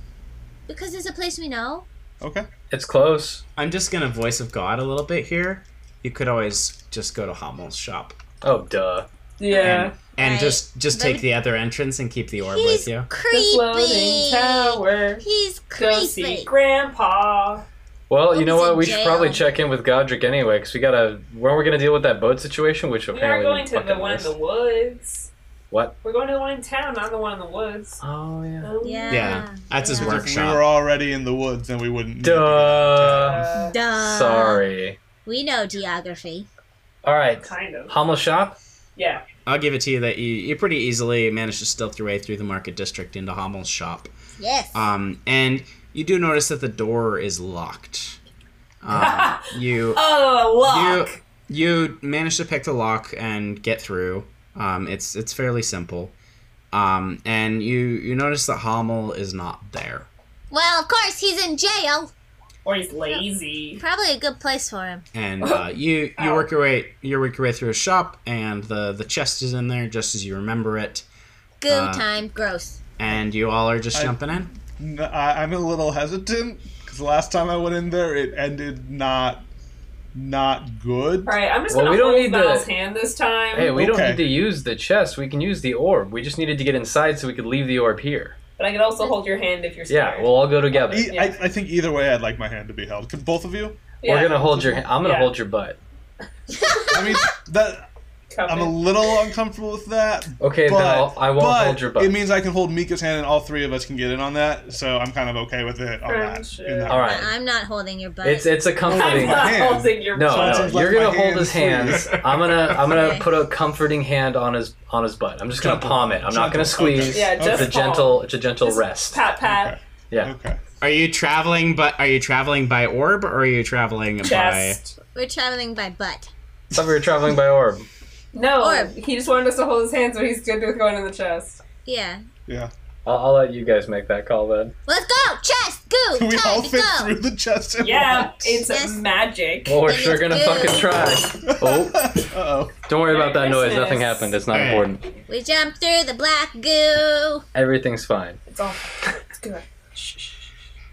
[SPEAKER 5] because it's a place we know.
[SPEAKER 2] Okay.
[SPEAKER 4] It's close.
[SPEAKER 1] I'm just gonna voice of God a little bit here. You could always just go to Hamel's shop
[SPEAKER 4] Oh, duh.
[SPEAKER 6] Yeah.
[SPEAKER 1] and, and
[SPEAKER 5] Right.
[SPEAKER 1] just just
[SPEAKER 5] But-
[SPEAKER 1] take the other entrance and keep the orb
[SPEAKER 5] He's
[SPEAKER 1] with you.
[SPEAKER 6] the floating
[SPEAKER 5] creepy.
[SPEAKER 6] tower.
[SPEAKER 5] He's
[SPEAKER 6] Go see
[SPEAKER 5] creepy.
[SPEAKER 6] Grandpa.
[SPEAKER 4] Well, you
[SPEAKER 5] Hope
[SPEAKER 4] know
[SPEAKER 5] he's
[SPEAKER 4] what?
[SPEAKER 5] in
[SPEAKER 4] We should
[SPEAKER 5] jail.
[SPEAKER 4] probably check in with Godric anyway, because we gotta. When we're gonna deal with that boat situation, which
[SPEAKER 6] We are
[SPEAKER 4] apparently
[SPEAKER 6] going to the
[SPEAKER 4] fucking
[SPEAKER 6] one in the
[SPEAKER 4] missed.
[SPEAKER 6] woods.
[SPEAKER 4] What?
[SPEAKER 6] We're going to the one in town, not the one in the woods.
[SPEAKER 4] Oh yeah.
[SPEAKER 6] Oh,
[SPEAKER 5] Yeah.
[SPEAKER 1] Yeah, that's his
[SPEAKER 5] yeah.
[SPEAKER 1] work.
[SPEAKER 2] If we
[SPEAKER 1] Workshop.
[SPEAKER 2] were already in the woods, then we wouldn't. need to
[SPEAKER 4] Duh.
[SPEAKER 6] Uh,
[SPEAKER 5] Duh.
[SPEAKER 4] Sorry.
[SPEAKER 5] We know geography.
[SPEAKER 4] All right.
[SPEAKER 6] kind of.
[SPEAKER 4] Hummel shop.
[SPEAKER 6] Yeah.
[SPEAKER 1] I'll give it to you that you, you pretty easily managed to stealth your way through the market district into Hamel's shop.
[SPEAKER 5] Yes.
[SPEAKER 1] Um, and you do notice that the door is locked. Um, you
[SPEAKER 6] Oh,
[SPEAKER 1] you
[SPEAKER 6] lock.
[SPEAKER 1] you manage to pick the lock and get through. Um, it's it's fairly simple. Um, and you you notice that Hamel is not there.
[SPEAKER 5] well, of course he's in jail.
[SPEAKER 6] Or he's lazy.
[SPEAKER 5] Probably a good place for him.
[SPEAKER 1] And
[SPEAKER 2] Oh.
[SPEAKER 1] uh, you you work your way you work your way through a shop, and the the chest is in there just as you remember it.
[SPEAKER 5] Goo
[SPEAKER 1] Uh,
[SPEAKER 5] time. Gross.
[SPEAKER 1] And you all are just
[SPEAKER 2] I-
[SPEAKER 1] jumping in.
[SPEAKER 2] N- I, am a little hesitant because the last time I went in there, it ended not not good.
[SPEAKER 6] Alright, I'm just
[SPEAKER 4] Well,
[SPEAKER 6] gonna
[SPEAKER 4] we don't
[SPEAKER 6] hold
[SPEAKER 4] need
[SPEAKER 6] Val's
[SPEAKER 4] the-
[SPEAKER 6] hand this time.
[SPEAKER 4] Hey, we don't
[SPEAKER 2] Okay.
[SPEAKER 4] need to use the chest. We can use the orb. We just needed to get inside so we could leave the orb here.
[SPEAKER 6] But I can also hold your hand if you're scared.
[SPEAKER 4] Yeah, we'll all go together.
[SPEAKER 2] E- I,
[SPEAKER 6] Yeah.
[SPEAKER 2] I think either way, I'd like my hand to be held. Could both of you?
[SPEAKER 6] Yeah.
[SPEAKER 4] We're gonna hold your. I'm gonna
[SPEAKER 6] Yeah.
[SPEAKER 4] hold your butt.
[SPEAKER 2] I mean, that
[SPEAKER 6] Cup
[SPEAKER 2] I'm a
[SPEAKER 6] it.
[SPEAKER 2] little uncomfortable with that.
[SPEAKER 4] Okay,
[SPEAKER 2] but,
[SPEAKER 4] then I'll, I won't
[SPEAKER 2] but
[SPEAKER 4] hold your butt.
[SPEAKER 2] It means I can hold Mika's hand, and all three of us can get in on that. So I'm kind of okay with it on that.
[SPEAKER 6] Friendship.
[SPEAKER 2] in that
[SPEAKER 4] all
[SPEAKER 2] way.
[SPEAKER 4] right.
[SPEAKER 5] I'm not holding your butt.
[SPEAKER 4] It's it's a
[SPEAKER 6] I'm
[SPEAKER 4] comforting.
[SPEAKER 2] my
[SPEAKER 6] not
[SPEAKER 2] hand.
[SPEAKER 6] holding your
[SPEAKER 4] No,
[SPEAKER 2] it
[SPEAKER 6] butt.
[SPEAKER 4] no,
[SPEAKER 2] sounds like
[SPEAKER 4] you're gonna
[SPEAKER 2] my
[SPEAKER 4] hold
[SPEAKER 2] hand
[SPEAKER 4] his
[SPEAKER 2] is free.
[SPEAKER 4] hands. I'm gonna I'm gonna
[SPEAKER 5] Okay.
[SPEAKER 4] put a comforting hand on his on his butt. I'm just gonna
[SPEAKER 2] Gentle.
[SPEAKER 4] palm it. I'm not gonna
[SPEAKER 2] Gentle. Okay.
[SPEAKER 4] squeeze.
[SPEAKER 6] Yeah,
[SPEAKER 4] it's
[SPEAKER 6] just
[SPEAKER 4] a gentle it's a gentle
[SPEAKER 6] Just
[SPEAKER 4] rest.
[SPEAKER 6] Pat, pat.
[SPEAKER 4] Yeah.
[SPEAKER 2] Okay.
[SPEAKER 1] Are you traveling? But are you traveling by orb, or are you traveling by?
[SPEAKER 6] Chest.
[SPEAKER 5] We're traveling by butt.
[SPEAKER 4] I thought we were traveling by orb.
[SPEAKER 6] No,
[SPEAKER 5] Or-
[SPEAKER 6] he just wanted us to hold his hand, so he's good with going in the chest.
[SPEAKER 5] Yeah.
[SPEAKER 2] Yeah.
[SPEAKER 4] I'll, I'll let you guys make that call then.
[SPEAKER 5] Let's go. Chest. Goo.
[SPEAKER 2] We
[SPEAKER 5] time
[SPEAKER 2] all
[SPEAKER 5] to
[SPEAKER 2] fit
[SPEAKER 5] go.
[SPEAKER 2] through the chest. at
[SPEAKER 6] Yeah,
[SPEAKER 2] once.
[SPEAKER 6] it's
[SPEAKER 5] Yes.
[SPEAKER 6] magic.
[SPEAKER 4] Well, we're
[SPEAKER 5] Then
[SPEAKER 4] sure
[SPEAKER 5] it's
[SPEAKER 4] gonna
[SPEAKER 5] good.
[SPEAKER 4] fucking try. Oh,
[SPEAKER 2] Uh-oh.
[SPEAKER 4] don't worry
[SPEAKER 6] Merry
[SPEAKER 4] about that noise.
[SPEAKER 6] Christmas.
[SPEAKER 4] Nothing happened. It's not
[SPEAKER 1] Hey.
[SPEAKER 4] important.
[SPEAKER 5] We jump through the black goo.
[SPEAKER 4] Everything's fine.
[SPEAKER 6] It's all it's good.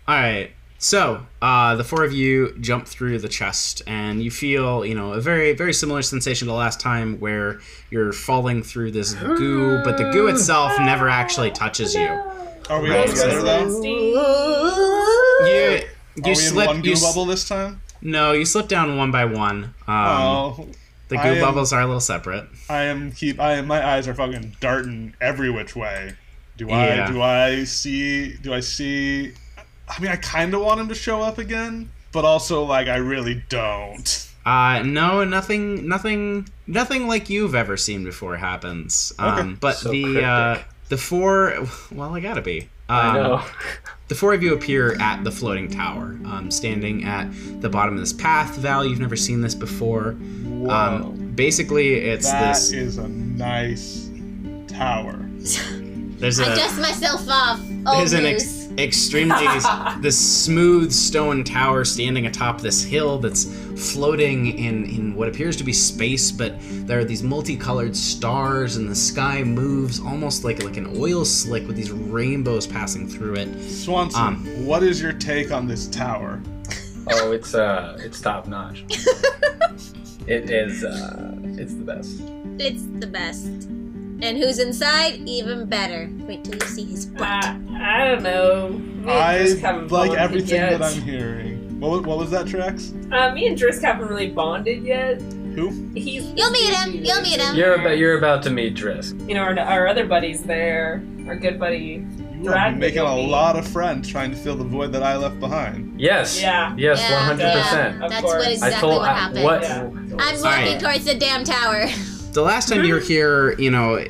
[SPEAKER 1] All right. So uh, the four of you jump through the chest, and you feel, you know, a very, very similar sensation to last time, where you're falling through this goo, but the goo itself never actually touches you.
[SPEAKER 2] Are we
[SPEAKER 1] Right.
[SPEAKER 2] all together though?
[SPEAKER 6] Steve.
[SPEAKER 1] You,
[SPEAKER 2] Are
[SPEAKER 1] you
[SPEAKER 2] we
[SPEAKER 1] slip.
[SPEAKER 2] in one
[SPEAKER 1] you
[SPEAKER 2] goo
[SPEAKER 1] s-
[SPEAKER 2] bubble this time?
[SPEAKER 1] No, you slip down one by one. Um,
[SPEAKER 2] oh,
[SPEAKER 1] the goo
[SPEAKER 2] I am-
[SPEAKER 1] bubbles are a little separate.
[SPEAKER 2] I am keep. I am. My eyes are fucking darting every which way. Do I?
[SPEAKER 1] Yeah.
[SPEAKER 2] Do I see? Do I see? I mean, I kind of want him to show up again, but also like I really don't.
[SPEAKER 1] Uh, no, nothing, nothing, nothing like you've ever seen before happens. Um, but
[SPEAKER 4] So
[SPEAKER 1] the uh, the four, well, I gotta be. Um,
[SPEAKER 4] I know.
[SPEAKER 1] The four of you appear at the floating tower, um, standing at the bottom of this path. Val, you've never seen this before. Um, basically, it's
[SPEAKER 2] That
[SPEAKER 1] this.
[SPEAKER 2] is a nice tower.
[SPEAKER 1] There's
[SPEAKER 5] I
[SPEAKER 1] a
[SPEAKER 5] dust myself off. Old
[SPEAKER 1] there's an
[SPEAKER 5] news.
[SPEAKER 1] ex- extremely this smooth stone tower standing atop this hill that's floating in in what appears to be space, but there are these multicolored stars, and the sky moves almost like like an oil slick with these rainbows passing through it.
[SPEAKER 2] Swanson,
[SPEAKER 1] Um.
[SPEAKER 2] what is your take on this tower?
[SPEAKER 4] Oh, it's uh, it's top notch. it is. Uh, it's the best.
[SPEAKER 5] It's the best. And who's inside? Even better. Wait till you see his butt.
[SPEAKER 6] I, I don't know. Me and
[SPEAKER 2] I
[SPEAKER 6] Drisk haven't
[SPEAKER 2] like
[SPEAKER 6] bonded
[SPEAKER 2] everything
[SPEAKER 6] yet.
[SPEAKER 2] that I'm hearing. What was, what was that, Trax?
[SPEAKER 6] Uh, me and Drisk haven't really bonded yet.
[SPEAKER 2] Who?
[SPEAKER 6] He's
[SPEAKER 5] You'll meet him. You'll meet him.
[SPEAKER 4] You're about you're about to meet Drisk.
[SPEAKER 6] you know our, our other buddies there, our good buddy.
[SPEAKER 2] You are
[SPEAKER 6] Drag
[SPEAKER 2] making a
[SPEAKER 6] Naomi.
[SPEAKER 2] lot of friends trying to fill the void that I left behind.
[SPEAKER 4] Yes.
[SPEAKER 6] Yeah.
[SPEAKER 4] Yes,
[SPEAKER 5] Yeah,
[SPEAKER 4] one hundred
[SPEAKER 5] yeah,
[SPEAKER 4] percent.
[SPEAKER 5] That's
[SPEAKER 6] Of course.
[SPEAKER 5] what
[SPEAKER 6] I
[SPEAKER 5] exactly
[SPEAKER 4] I told
[SPEAKER 5] what
[SPEAKER 4] I-
[SPEAKER 5] happened.
[SPEAKER 4] what
[SPEAKER 6] Yeah.
[SPEAKER 5] I'm
[SPEAKER 1] Sorry.
[SPEAKER 5] walking towards the damn tower.
[SPEAKER 1] The last time you were here, you know,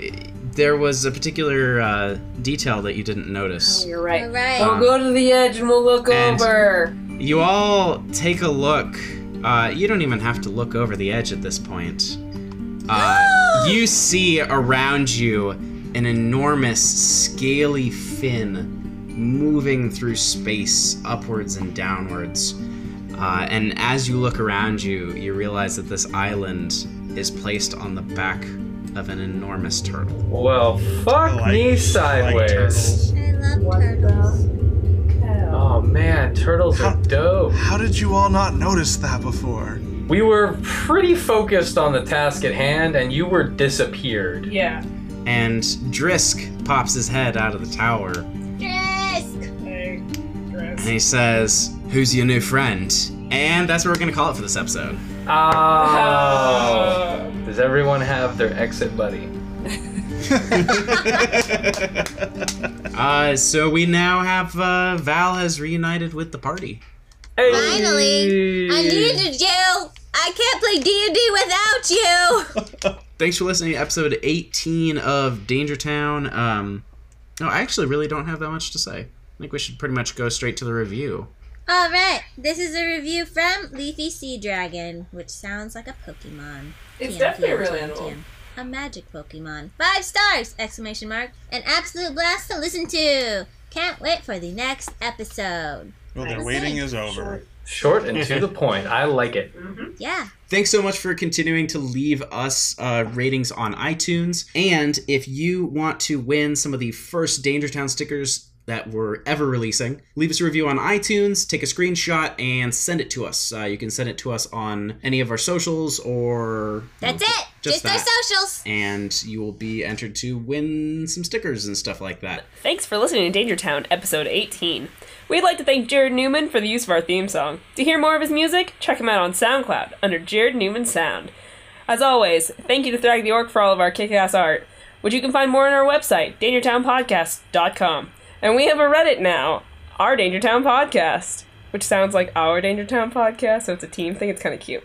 [SPEAKER 1] there was a particular uh, detail that you didn't notice.
[SPEAKER 6] You're
[SPEAKER 5] All
[SPEAKER 6] right.
[SPEAKER 5] right.
[SPEAKER 6] We'll go to the edge and we'll look
[SPEAKER 1] And-
[SPEAKER 6] over.
[SPEAKER 1] You all take a look. Uh, you don't even have to look over the edge at this point. Uh, you see around you an enormous, scaly fin moving through space upwards and downwards. Uh, and as you look around you, you realize that this island is placed on the back of an enormous turtle.
[SPEAKER 4] Well, fuck
[SPEAKER 2] Like-
[SPEAKER 4] me
[SPEAKER 2] Like
[SPEAKER 4] sideways.
[SPEAKER 2] turtles.
[SPEAKER 5] I love
[SPEAKER 6] What
[SPEAKER 5] turtles.
[SPEAKER 6] the hell?
[SPEAKER 4] oh man, turtles are dope.
[SPEAKER 8] How did you all not notice that before?
[SPEAKER 4] We were pretty focused on the task at hand, and you were disappeared.
[SPEAKER 6] Yeah.
[SPEAKER 1] And Drisk pops his head out of the tower
[SPEAKER 5] Drisk.
[SPEAKER 6] Hey,
[SPEAKER 1] and
[SPEAKER 6] Drisk.
[SPEAKER 1] he says, Who's your new friend? And that's what we're going to call it for this episode.
[SPEAKER 4] Oh.
[SPEAKER 6] Uh,
[SPEAKER 4] Does everyone have their exit buddy?
[SPEAKER 1] Uh, so we now have uh, Val has reunited with the party.
[SPEAKER 4] Hey.
[SPEAKER 5] Finally, I needed you. I can't play D and D without you.
[SPEAKER 1] Thanks for listening to episode 18 of Danger Town. Um, no, I actually really don't have that much to say. I think we should pretty much go straight to the review.
[SPEAKER 5] All right. This is a review from Leafy Sea Dragon, which sounds like a Pokemon.
[SPEAKER 6] It's
[SPEAKER 5] TM,
[SPEAKER 6] definitely a
[SPEAKER 5] TM,
[SPEAKER 6] real
[SPEAKER 5] TM,
[SPEAKER 6] animal.
[SPEAKER 5] TM. A magic Pokemon. Five stars! Exclamation mark. An absolute blast to listen to. Can't wait for the next episode.
[SPEAKER 2] Well, their
[SPEAKER 6] Nice.
[SPEAKER 2] waiting is over.
[SPEAKER 4] Short and to the point. I like it.
[SPEAKER 5] Yeah.
[SPEAKER 1] Thanks so much for continuing to leave us uh, ratings on iTunes. And if you want to win some of the first Danger Town stickers that we're ever releasing, leave us a review on iTunes, take a screenshot, and send it to us. Uh, you can send it to us on any of our socials or.
[SPEAKER 5] That's
[SPEAKER 1] no,
[SPEAKER 5] it.
[SPEAKER 1] Just,
[SPEAKER 5] Just, their
[SPEAKER 1] that.
[SPEAKER 5] socials.
[SPEAKER 1] and you will be entered to win some stickers and stuff like that.
[SPEAKER 6] Thanks for listening to Danger Town, episode 18. We'd like to thank Jared Newman for the use of our theme song. To hear more of his music, check him out on SoundCloud under Jared Newman Sound. As always, thank you to Thrag the Orc for all of our kick ass art, which you can find more on our website, DangertownPodcast.com. And we have a Reddit now, Our Danger Town Podcast, which sounds like Our Danger Town Podcast, so it's a team thing, it's kind of cute.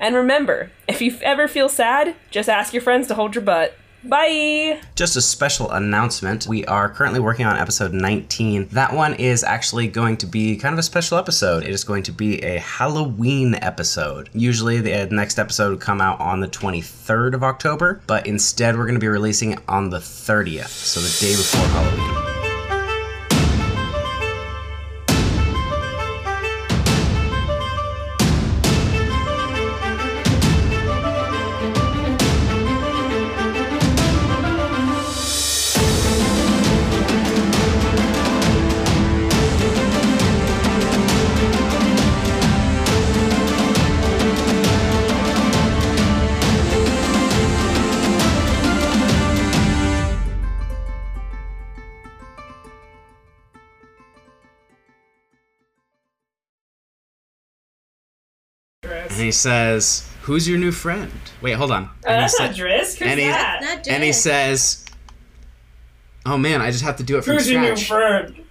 [SPEAKER 6] And remember, if you ever feel sad, just ask your friends to hold your butt. Bye!
[SPEAKER 1] Just a special announcement. We are currently working on episode 19. That one is actually going to be kind of a special episode. It is going to be a Halloween episode. Usually the uh, next episode would come out on the 23rd of October, but instead we're going to be releasing it on the 30th, so the day before Halloween. And he says, "Who's your new friend?" Wait, hold on. And he
[SPEAKER 6] that's
[SPEAKER 1] sa-
[SPEAKER 6] not Drisk. Who's
[SPEAKER 1] and he-
[SPEAKER 6] that?
[SPEAKER 5] Not
[SPEAKER 1] and he
[SPEAKER 5] Drisk.
[SPEAKER 1] says, "Oh man, I just have to do it from
[SPEAKER 6] Who's
[SPEAKER 1] scratch."
[SPEAKER 6] your new friend?